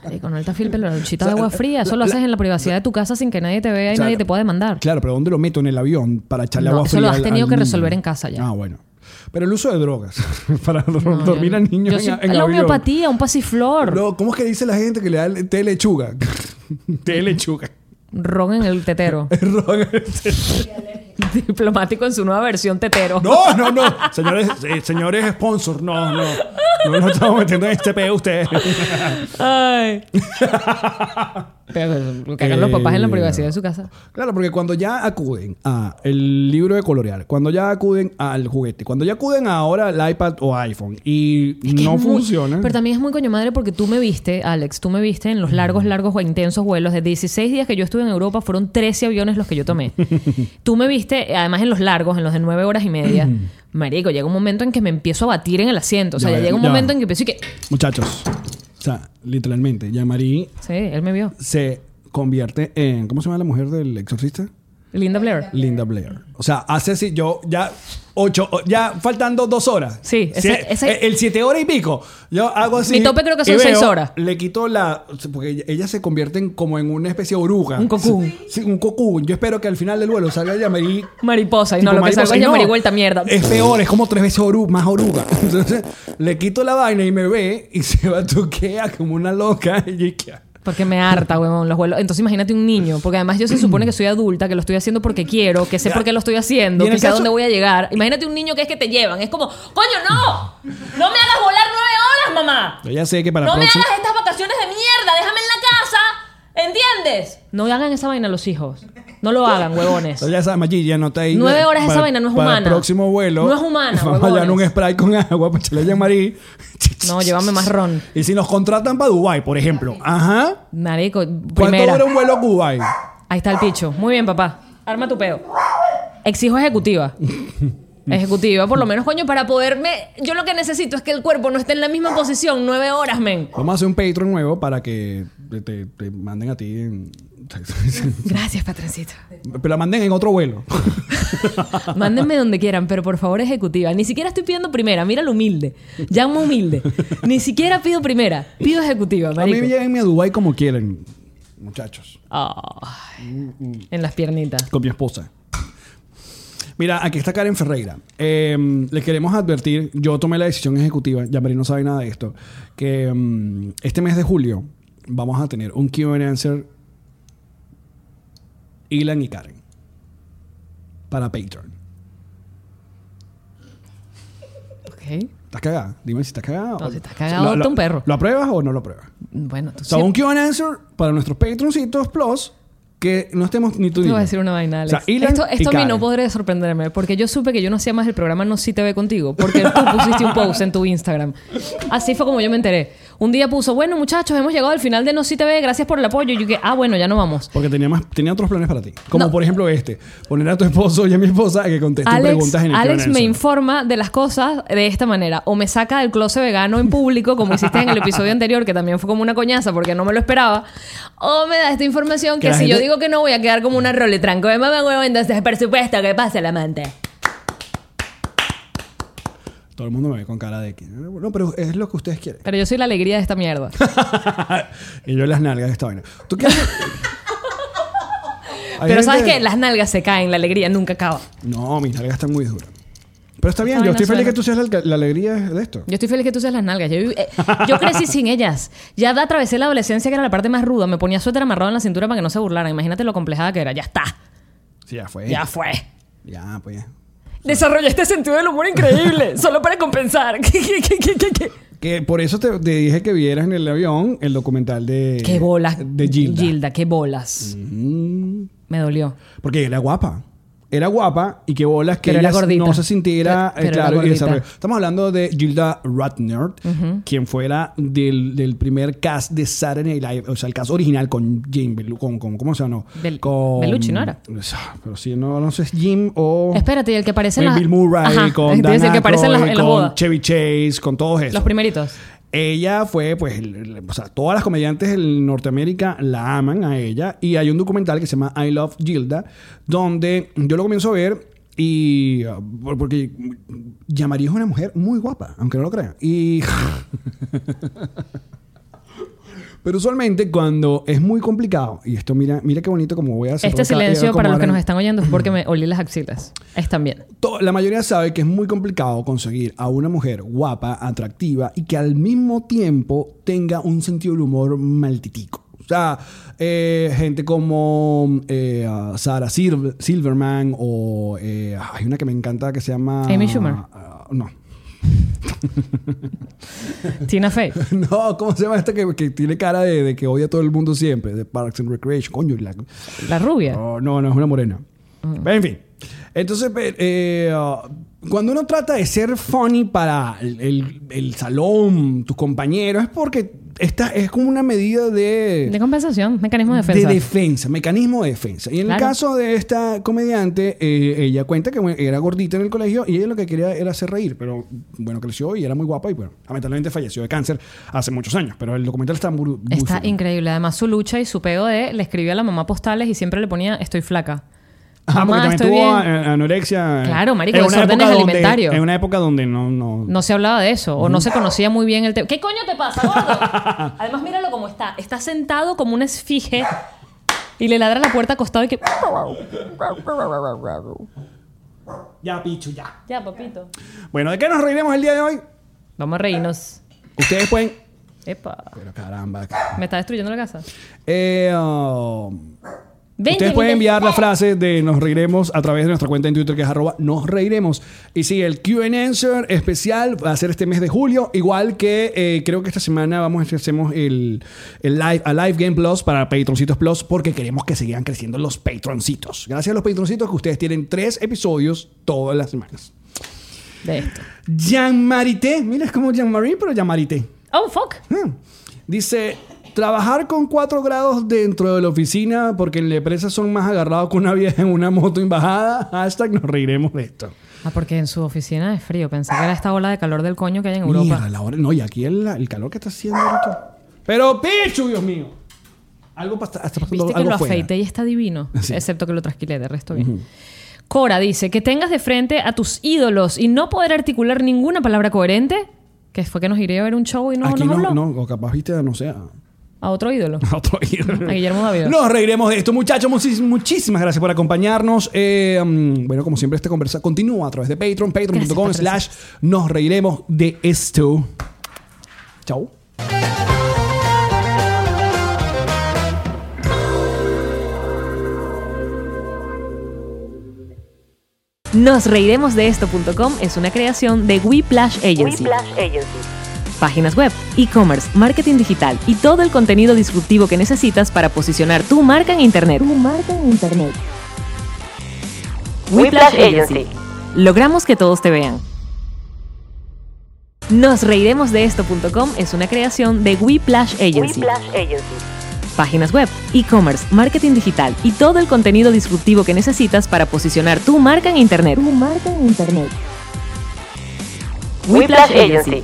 Speaker 1: Eh, Con el tafil, pero la luchita
Speaker 2: O sea,
Speaker 1: de agua
Speaker 2: la-
Speaker 1: fría. Eso
Speaker 2: la-
Speaker 1: lo haces
Speaker 2: la-
Speaker 1: en la privacidad de tu casa sin que nadie te vea y
Speaker 2: Claro.
Speaker 1: nadie te pueda demandar.
Speaker 2: Claro, pero ¿dónde lo meto en el avión para echarle
Speaker 1: No,
Speaker 2: agua
Speaker 1: eso
Speaker 2: fría?
Speaker 1: lo has
Speaker 2: al-
Speaker 1: tenido
Speaker 2: al
Speaker 1: que
Speaker 2: niño?
Speaker 1: resolver en casa ya.
Speaker 2: Ah, bueno. Pero el uso de drogas para do-
Speaker 1: No, yo
Speaker 2: dormir
Speaker 1: no.
Speaker 2: a niños
Speaker 1: Yo
Speaker 2: en,
Speaker 1: sí-
Speaker 2: en
Speaker 1: La
Speaker 2: avión.
Speaker 1: homeopatía, un pasiflor.
Speaker 2: No, ¿Cómo es que dice la gente que le da el té de lechuga? té de lechuga.
Speaker 1: Ron en el tetero. Diplomático en su nueva versión tetero.
Speaker 2: No, no, no. Señores, eh, señores sponsor, no, no. No nos estamos metiendo en este pedo ustedes.
Speaker 1: Ay. pero lo que hagan los papás en la
Speaker 2: Eh,
Speaker 1: privacidad de su casa.
Speaker 2: Claro, porque cuando ya acuden a el libro de colorear, cuando ya acuden al juguete, cuando ya acuden ahora al iPad o iPhone y
Speaker 1: Es que
Speaker 2: no
Speaker 1: es muy-
Speaker 2: funciona.
Speaker 1: Pero también es muy coño madre porque tú me viste, Alex, tú me viste en los largos, largos o intensos vuelos. De 16 días que yo estuve en Europa, fueron 13 aviones los que yo tomé. tú me viste, además en los largos, en los de 9 horas y media. Marico, llega un momento en que me empiezo a batir en el asiento. O sea,
Speaker 2: Ya,
Speaker 1: ya, llega un
Speaker 2: ya.
Speaker 1: momento en que empiezo y que.
Speaker 2: Muchachos, o sea, literalmente, ya Marie
Speaker 1: Sí, él me vio.
Speaker 2: se convierte en. ¿Cómo se llama la mujer del exorcista?
Speaker 1: Linda Blair.
Speaker 2: Linda Blair. O sea, hace así, yo ya. Ocho, o- ya faltando dos horas.
Speaker 1: Sí,
Speaker 2: Si-
Speaker 1: esa- esa-
Speaker 2: eh, El siete horas y pico. Yo hago así.
Speaker 1: Mi tope creo que son
Speaker 2: y
Speaker 1: seis
Speaker 2: veo,
Speaker 1: horas.
Speaker 2: Le quito la. Porque ella, ella se convierte en, como en una especie de oruga.
Speaker 1: Un cocoon.
Speaker 2: Sí, un cocoon. Yo espero que al final del vuelo salga ya Marie.
Speaker 1: Mariposa. Y no,
Speaker 2: tipo
Speaker 1: lo que
Speaker 2: mariposa.
Speaker 1: salgo
Speaker 2: Y
Speaker 1: es
Speaker 2: no,
Speaker 1: llamar vuelta mierda.
Speaker 2: Es peor, es como tres veces oru- más oruga. Entonces, le quito la vaina y me ve y se va toquea como una loca. Y que-
Speaker 1: Porque me harta, huevón, los vuelos. Entonces imagínate un niño, porque además yo se supone que soy adulta, que lo estoy haciendo porque quiero, que sé
Speaker 2: Ya.
Speaker 1: por qué lo estoy haciendo,
Speaker 2: Y en
Speaker 1: que
Speaker 2: el
Speaker 1: sé a
Speaker 2: caso-
Speaker 1: dónde voy a llegar. Imagínate un niño que es que te llevan. Es como, coño, no, no me hagas volar nueve horas, mamá.
Speaker 2: Yo ya sé que para
Speaker 1: No me
Speaker 2: próxima-
Speaker 1: hagas estas vacaciones de mierda, déjame en la casa, ¿entiendes? No hagan esa vaina a los hijos. No lo hagan, huevones.
Speaker 2: Entonces, ya sabes, Maggi, ya no está ahí.
Speaker 1: Nueve
Speaker 2: Ya,
Speaker 1: horas esa
Speaker 2: para-
Speaker 1: vaina no es
Speaker 2: para
Speaker 1: humana.
Speaker 2: el próximo vuelo.
Speaker 1: No es humana,
Speaker 2: Vamos a llevar
Speaker 1: huevones.
Speaker 2: un spray con agua para echarle a Marí.
Speaker 1: No, llévame más ron.
Speaker 2: Y si nos contratan para Dubái, por ejemplo. Ajá.
Speaker 1: Marico,
Speaker 2: ¿Cuánto
Speaker 1: primera.
Speaker 2: dura un vuelo a Dubái?
Speaker 1: Ahí está el picho. Muy bien, papá. Arma tu peo. Exijo ejecutiva. Ejecutiva, por lo menos, coño, para poderme. Yo lo que necesito es que el cuerpo no esté en la misma posición nueve horas, men.
Speaker 2: Vamos a hacer un Patreon nuevo para que te, te- te manden a ti. en-
Speaker 1: Gracias, patroncito.
Speaker 2: Pero la manden en otro vuelo.
Speaker 1: Mándenme donde quieran, pero por favor, ejecutiva. Ni siquiera estoy pidiendo primera. Mira lo humilde. Llamo humilde. Ni siquiera pido primera. Pido ejecutiva,
Speaker 2: a mí
Speaker 1: marico.
Speaker 2: llévenme a Dubái como quieren, muchachos. Mm,
Speaker 1: Ay, en las piernitas.
Speaker 2: Con mi esposa. Mira, aquí está Karen Ferreira. Eh, les queremos advertir, yo tomé la decisión ejecutiva, ya Marín no sabe nada de esto, que mm, este mes de julio vamos a tener un Q&A answer Ilan y Karen para Patreon.
Speaker 1: Ok.
Speaker 2: ¿Estás cagada? Dime si estás cagada.
Speaker 1: No,
Speaker 2: o-
Speaker 1: si estás cagada, adopta
Speaker 2: ¿lo-
Speaker 1: un perro.
Speaker 2: ¿Lo apruebas o no lo apruebas?
Speaker 1: Bueno, tú
Speaker 2: O sea, un Q&A answer para nuestros Patreoncitos Plus que no estemos ni tú ni
Speaker 1: Te voy a
Speaker 2: yo.
Speaker 1: decir una vaina, Alex.
Speaker 2: O sea, Ilan
Speaker 1: esto esto
Speaker 2: y
Speaker 1: a mí
Speaker 2: Karen.
Speaker 1: no podré sorprenderme, porque yo supe que yo no hacía más el programa No Si Te Ve Contigo, porque tú pusiste un post en tu Instagram. Así fue como yo me enteré. Un día puso, bueno, muchachos, hemos llegado al final de No Si Te Ve, gracias por el apoyo. Y yo que, ah, bueno, ya no vamos.
Speaker 2: Porque tenía, más, tenía otros planes para ti. Como
Speaker 1: No.
Speaker 2: por ejemplo este. Poner a tu esposo y a mi esposa a que contesten
Speaker 1: Alex,
Speaker 2: preguntas en el
Speaker 1: Alex
Speaker 2: Q&A
Speaker 1: me
Speaker 2: answer.
Speaker 1: informa de las cosas de esta manera. O me saca del closet vegano en público, como hiciste en el episodio anterior, que también fue como una coñaza porque no me lo esperaba. O me da esta información que,
Speaker 2: Que la
Speaker 1: si yo
Speaker 2: gente-
Speaker 1: digo que no voy a quedar como una roletranco de mamá huevo, entonces por supuesto que pase el amante.
Speaker 2: Todo el mundo me ve con cara de que. No, pero es lo que ustedes quieren.
Speaker 1: Pero yo soy la alegría de esta mierda.
Speaker 2: y yo las nalgas de esta vaina. ¿Tú qué haces? Hay
Speaker 1: Pero
Speaker 2: gente-
Speaker 1: sabes que las nalgas se caen, la alegría nunca acaba.
Speaker 2: No, mis nalgas están muy duras. Pero está bien,
Speaker 1: Esta vaina
Speaker 2: yo estoy feliz
Speaker 1: suena.
Speaker 2: que tú seas la, la alegría de esto.
Speaker 1: Yo estoy feliz que tú seas las nalgas. Yo, viví- eh, yo crecí sin ellas. Ya da- atravesé la adolescencia, que era la parte más ruda. Me ponía suéter amarrado en la cintura para que no se burlaran. Imagínate lo complejada que era. Ya está.
Speaker 2: Sí, ya fue.
Speaker 1: Ya fue.
Speaker 2: Ya, pues ya.
Speaker 1: Desarrollé este sentido del humor increíble. solo para compensar. ¿Qué, qué, qué, qué, qué, qué?
Speaker 2: Que por eso te, te dije que vieras en el avión el documental de.
Speaker 1: Qué bolas.
Speaker 2: Eh, De Gilda.
Speaker 1: qué bolas.
Speaker 2: Mm,
Speaker 1: Me dolió.
Speaker 2: porque era guapa. Era guapa y qué bolas que
Speaker 1: Pero era
Speaker 2: ella
Speaker 1: gordita.
Speaker 2: no se sintiera.
Speaker 1: Pero- pero
Speaker 2: eh,
Speaker 1: era
Speaker 2: claro, y
Speaker 1: gordita.
Speaker 2: desarrolló. Estamos hablando de Gilda Radner, quien fuera del, del primer cast de Saturday Night Live, o sea, el cast original con Jim, Belu- con, con- ¿cómo se llama?
Speaker 1: Bel-
Speaker 2: con,
Speaker 1: Bellucci, ¿no era?
Speaker 2: Pero si no, no sé, es Jim o.
Speaker 1: Espérate, y el que aparece en
Speaker 2: Bill,
Speaker 1: las-
Speaker 2: Bill Murray,
Speaker 1: Ajá,
Speaker 2: con
Speaker 1: te iba a
Speaker 2: Dan
Speaker 1: decir que aparece en las-
Speaker 2: Aykroyd,
Speaker 1: en las
Speaker 2: con
Speaker 1: bodas.
Speaker 2: Chevy Chase, con todos esos.
Speaker 1: Los primeritos.
Speaker 2: Ella fue, pues, el- el- o sea, todas las comediantes en Norteamérica la aman a ella. Y hay un documental que se llama I Love Gilda, donde yo lo comienzo a ver y. ah, por- Porque llamaría es una mujer muy guapa, aunque no lo crean. Y. Pero usualmente cuando es muy complicado, y esto mira, mira qué bonito como voy a hacer.
Speaker 1: Este silencio para los que nos están oyendo es porque me olí las axilas. Es también.
Speaker 2: To- La mayoría sabe que es muy complicado conseguir a una mujer guapa, atractiva y que al mismo tiempo tenga un sentido del humor maltitico. O sea, eh, gente como eh, ah, Sarah Sil- Silverman o eh, hay una que me encanta que se llama...
Speaker 1: Amy Schumer.
Speaker 2: ah, no.
Speaker 1: Tina Fey.
Speaker 2: No, ¿cómo se llama esta que, que tiene cara de, de que odia a todo el mundo siempre? De Parks and Recreation. Coño, la,
Speaker 1: La rubia.
Speaker 2: Oh, no, no, es una morena.
Speaker 1: Mm.
Speaker 2: Pero, En fin. Entonces, pe- eh, ah, cuando uno trata de ser funny para el, el- el salón, tus compañeros, es porque esta es como una medida de...
Speaker 1: De compensación, mecanismo de
Speaker 2: de
Speaker 1: defensa.
Speaker 2: defensa, mecanismo de defensa. Y en el
Speaker 1: Claro.
Speaker 2: caso de esta comediante, eh, ella cuenta que bueno, era gordita en el colegio y ella lo que quería era hacer reír, pero bueno, creció y era muy guapa y bueno, lamentablemente falleció de cáncer hace muchos años, pero el documental está muy... muy
Speaker 1: Está
Speaker 2: fino.
Speaker 1: increíble. Además, su lucha y su pego de le escribía a la mamá postales y siempre le ponía estoy flaca.
Speaker 2: Ah, porque
Speaker 1: mamá,
Speaker 2: también
Speaker 1: estoy
Speaker 2: tuvo
Speaker 1: bien.
Speaker 2: a- anorexia. eh.
Speaker 1: Claro, marico,
Speaker 2: En una
Speaker 1: desórdenes
Speaker 2: época donde-
Speaker 1: alimentarios.
Speaker 2: En una época donde no... no,
Speaker 1: No se hablaba de eso, o no
Speaker 2: Mm.
Speaker 1: se conocía muy bien el tema. ¿Qué coño te pasa, gordo? Además, míralo cómo está. Está sentado como una esfinge y le ladra a la puerta acostado y que.
Speaker 2: Ya, pichu, ya.
Speaker 1: Ya, papito.
Speaker 2: Bueno, ¿de qué nos reiremos el día de hoy?
Speaker 1: Vamos a reírnos.
Speaker 2: Ustedes pueden...
Speaker 1: Epa.
Speaker 2: Pero caramba.
Speaker 1: Me está destruyendo la casa.
Speaker 2: Eh, um,
Speaker 1: Ven,
Speaker 2: Ustedes
Speaker 1: Jimmy,
Speaker 2: pueden
Speaker 1: ven.
Speaker 2: enviar la frase de nos reiremos a través de nuestra cuenta en Twitter que es arroba nos reiremos. Y sí, el QA Answer especial va a ser este mes de julio, igual que eh, creo que esta semana vamos a hacemos el, el live, a Live Game Plus para Patroncitos Plus porque queremos que sigan creciendo los Patroncitos. Gracias a los Patroncitos que ustedes tienen tres episodios todas las semanas.
Speaker 1: De esto.
Speaker 2: Jean Marité, mira es como Jean Marie, pero Jean Marité.
Speaker 1: Oh, fuck.
Speaker 2: Ah. Dice, trabajar con 4 grados dentro de la oficina porque en la empresa son más agarrados que una vieja en una moto embajada. Hashtag nos reiremos de esto.
Speaker 1: Ah, porque en su oficina es frío. Pensé que era esta ola de calor del coño que hay en Europa.
Speaker 2: Mierda, la hora- No, y aquí el, el calor que está haciendo ahorita. Pero Pichu, Dios mío. Algo pasa- está pasando
Speaker 1: Viste que
Speaker 2: algo
Speaker 1: lo
Speaker 2: fuera.
Speaker 1: afeité y está divino.
Speaker 2: Sí.
Speaker 1: Excepto que lo trasquilé, de resto bien. Cora dice, que tengas de frente a tus ídolos y no poder articular ninguna palabra coherente, que fue que nos iré a ver un show y no
Speaker 2: aquí
Speaker 1: nos habló.
Speaker 2: no, no, o capaz viste, no sé. a-
Speaker 1: A otro ídolo.
Speaker 2: a otro ídolo.
Speaker 1: A Guillermo Dávila.
Speaker 2: pues, Nos reiremos de esto, muchachos. Muchis- muchísimas gracias por acompañarnos. Eh, mm, bueno, como siempre, esta conversa continúa a través de Patreon, patreon.com
Speaker 1: Gracias,
Speaker 2: slash nos reiremos de esto. Chau.
Speaker 5: Nos reiremos de esto.com es una creación de Weplash Agency. Páginas web, e-commerce, marketing digital y todo el contenido disruptivo que necesitas para posicionar tu marca en internet. Tu marca en internet. Weplash Agency. Logramos que todos te vean. Nos reiremos de esto.com es una creación de Weplash Agency. Páginas web, e-commerce, marketing digital y todo el contenido disruptivo que necesitas para posicionar tu marca en internet. Tu marca en internet. Whiplash Agency.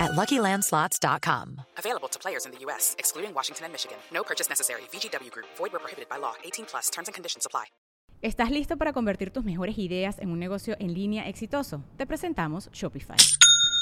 Speaker 6: at LuckyLandSlots.com.
Speaker 4: Available to players in the U.S., excluding Washington and Michigan. No purchase necessary. VGW Group, void were prohibited by law. 18 plus terms and conditions apply.
Speaker 7: ¿Estás listo para convertir tus mejores ideas en un negocio en línea exitoso? Te presentamos Shopify.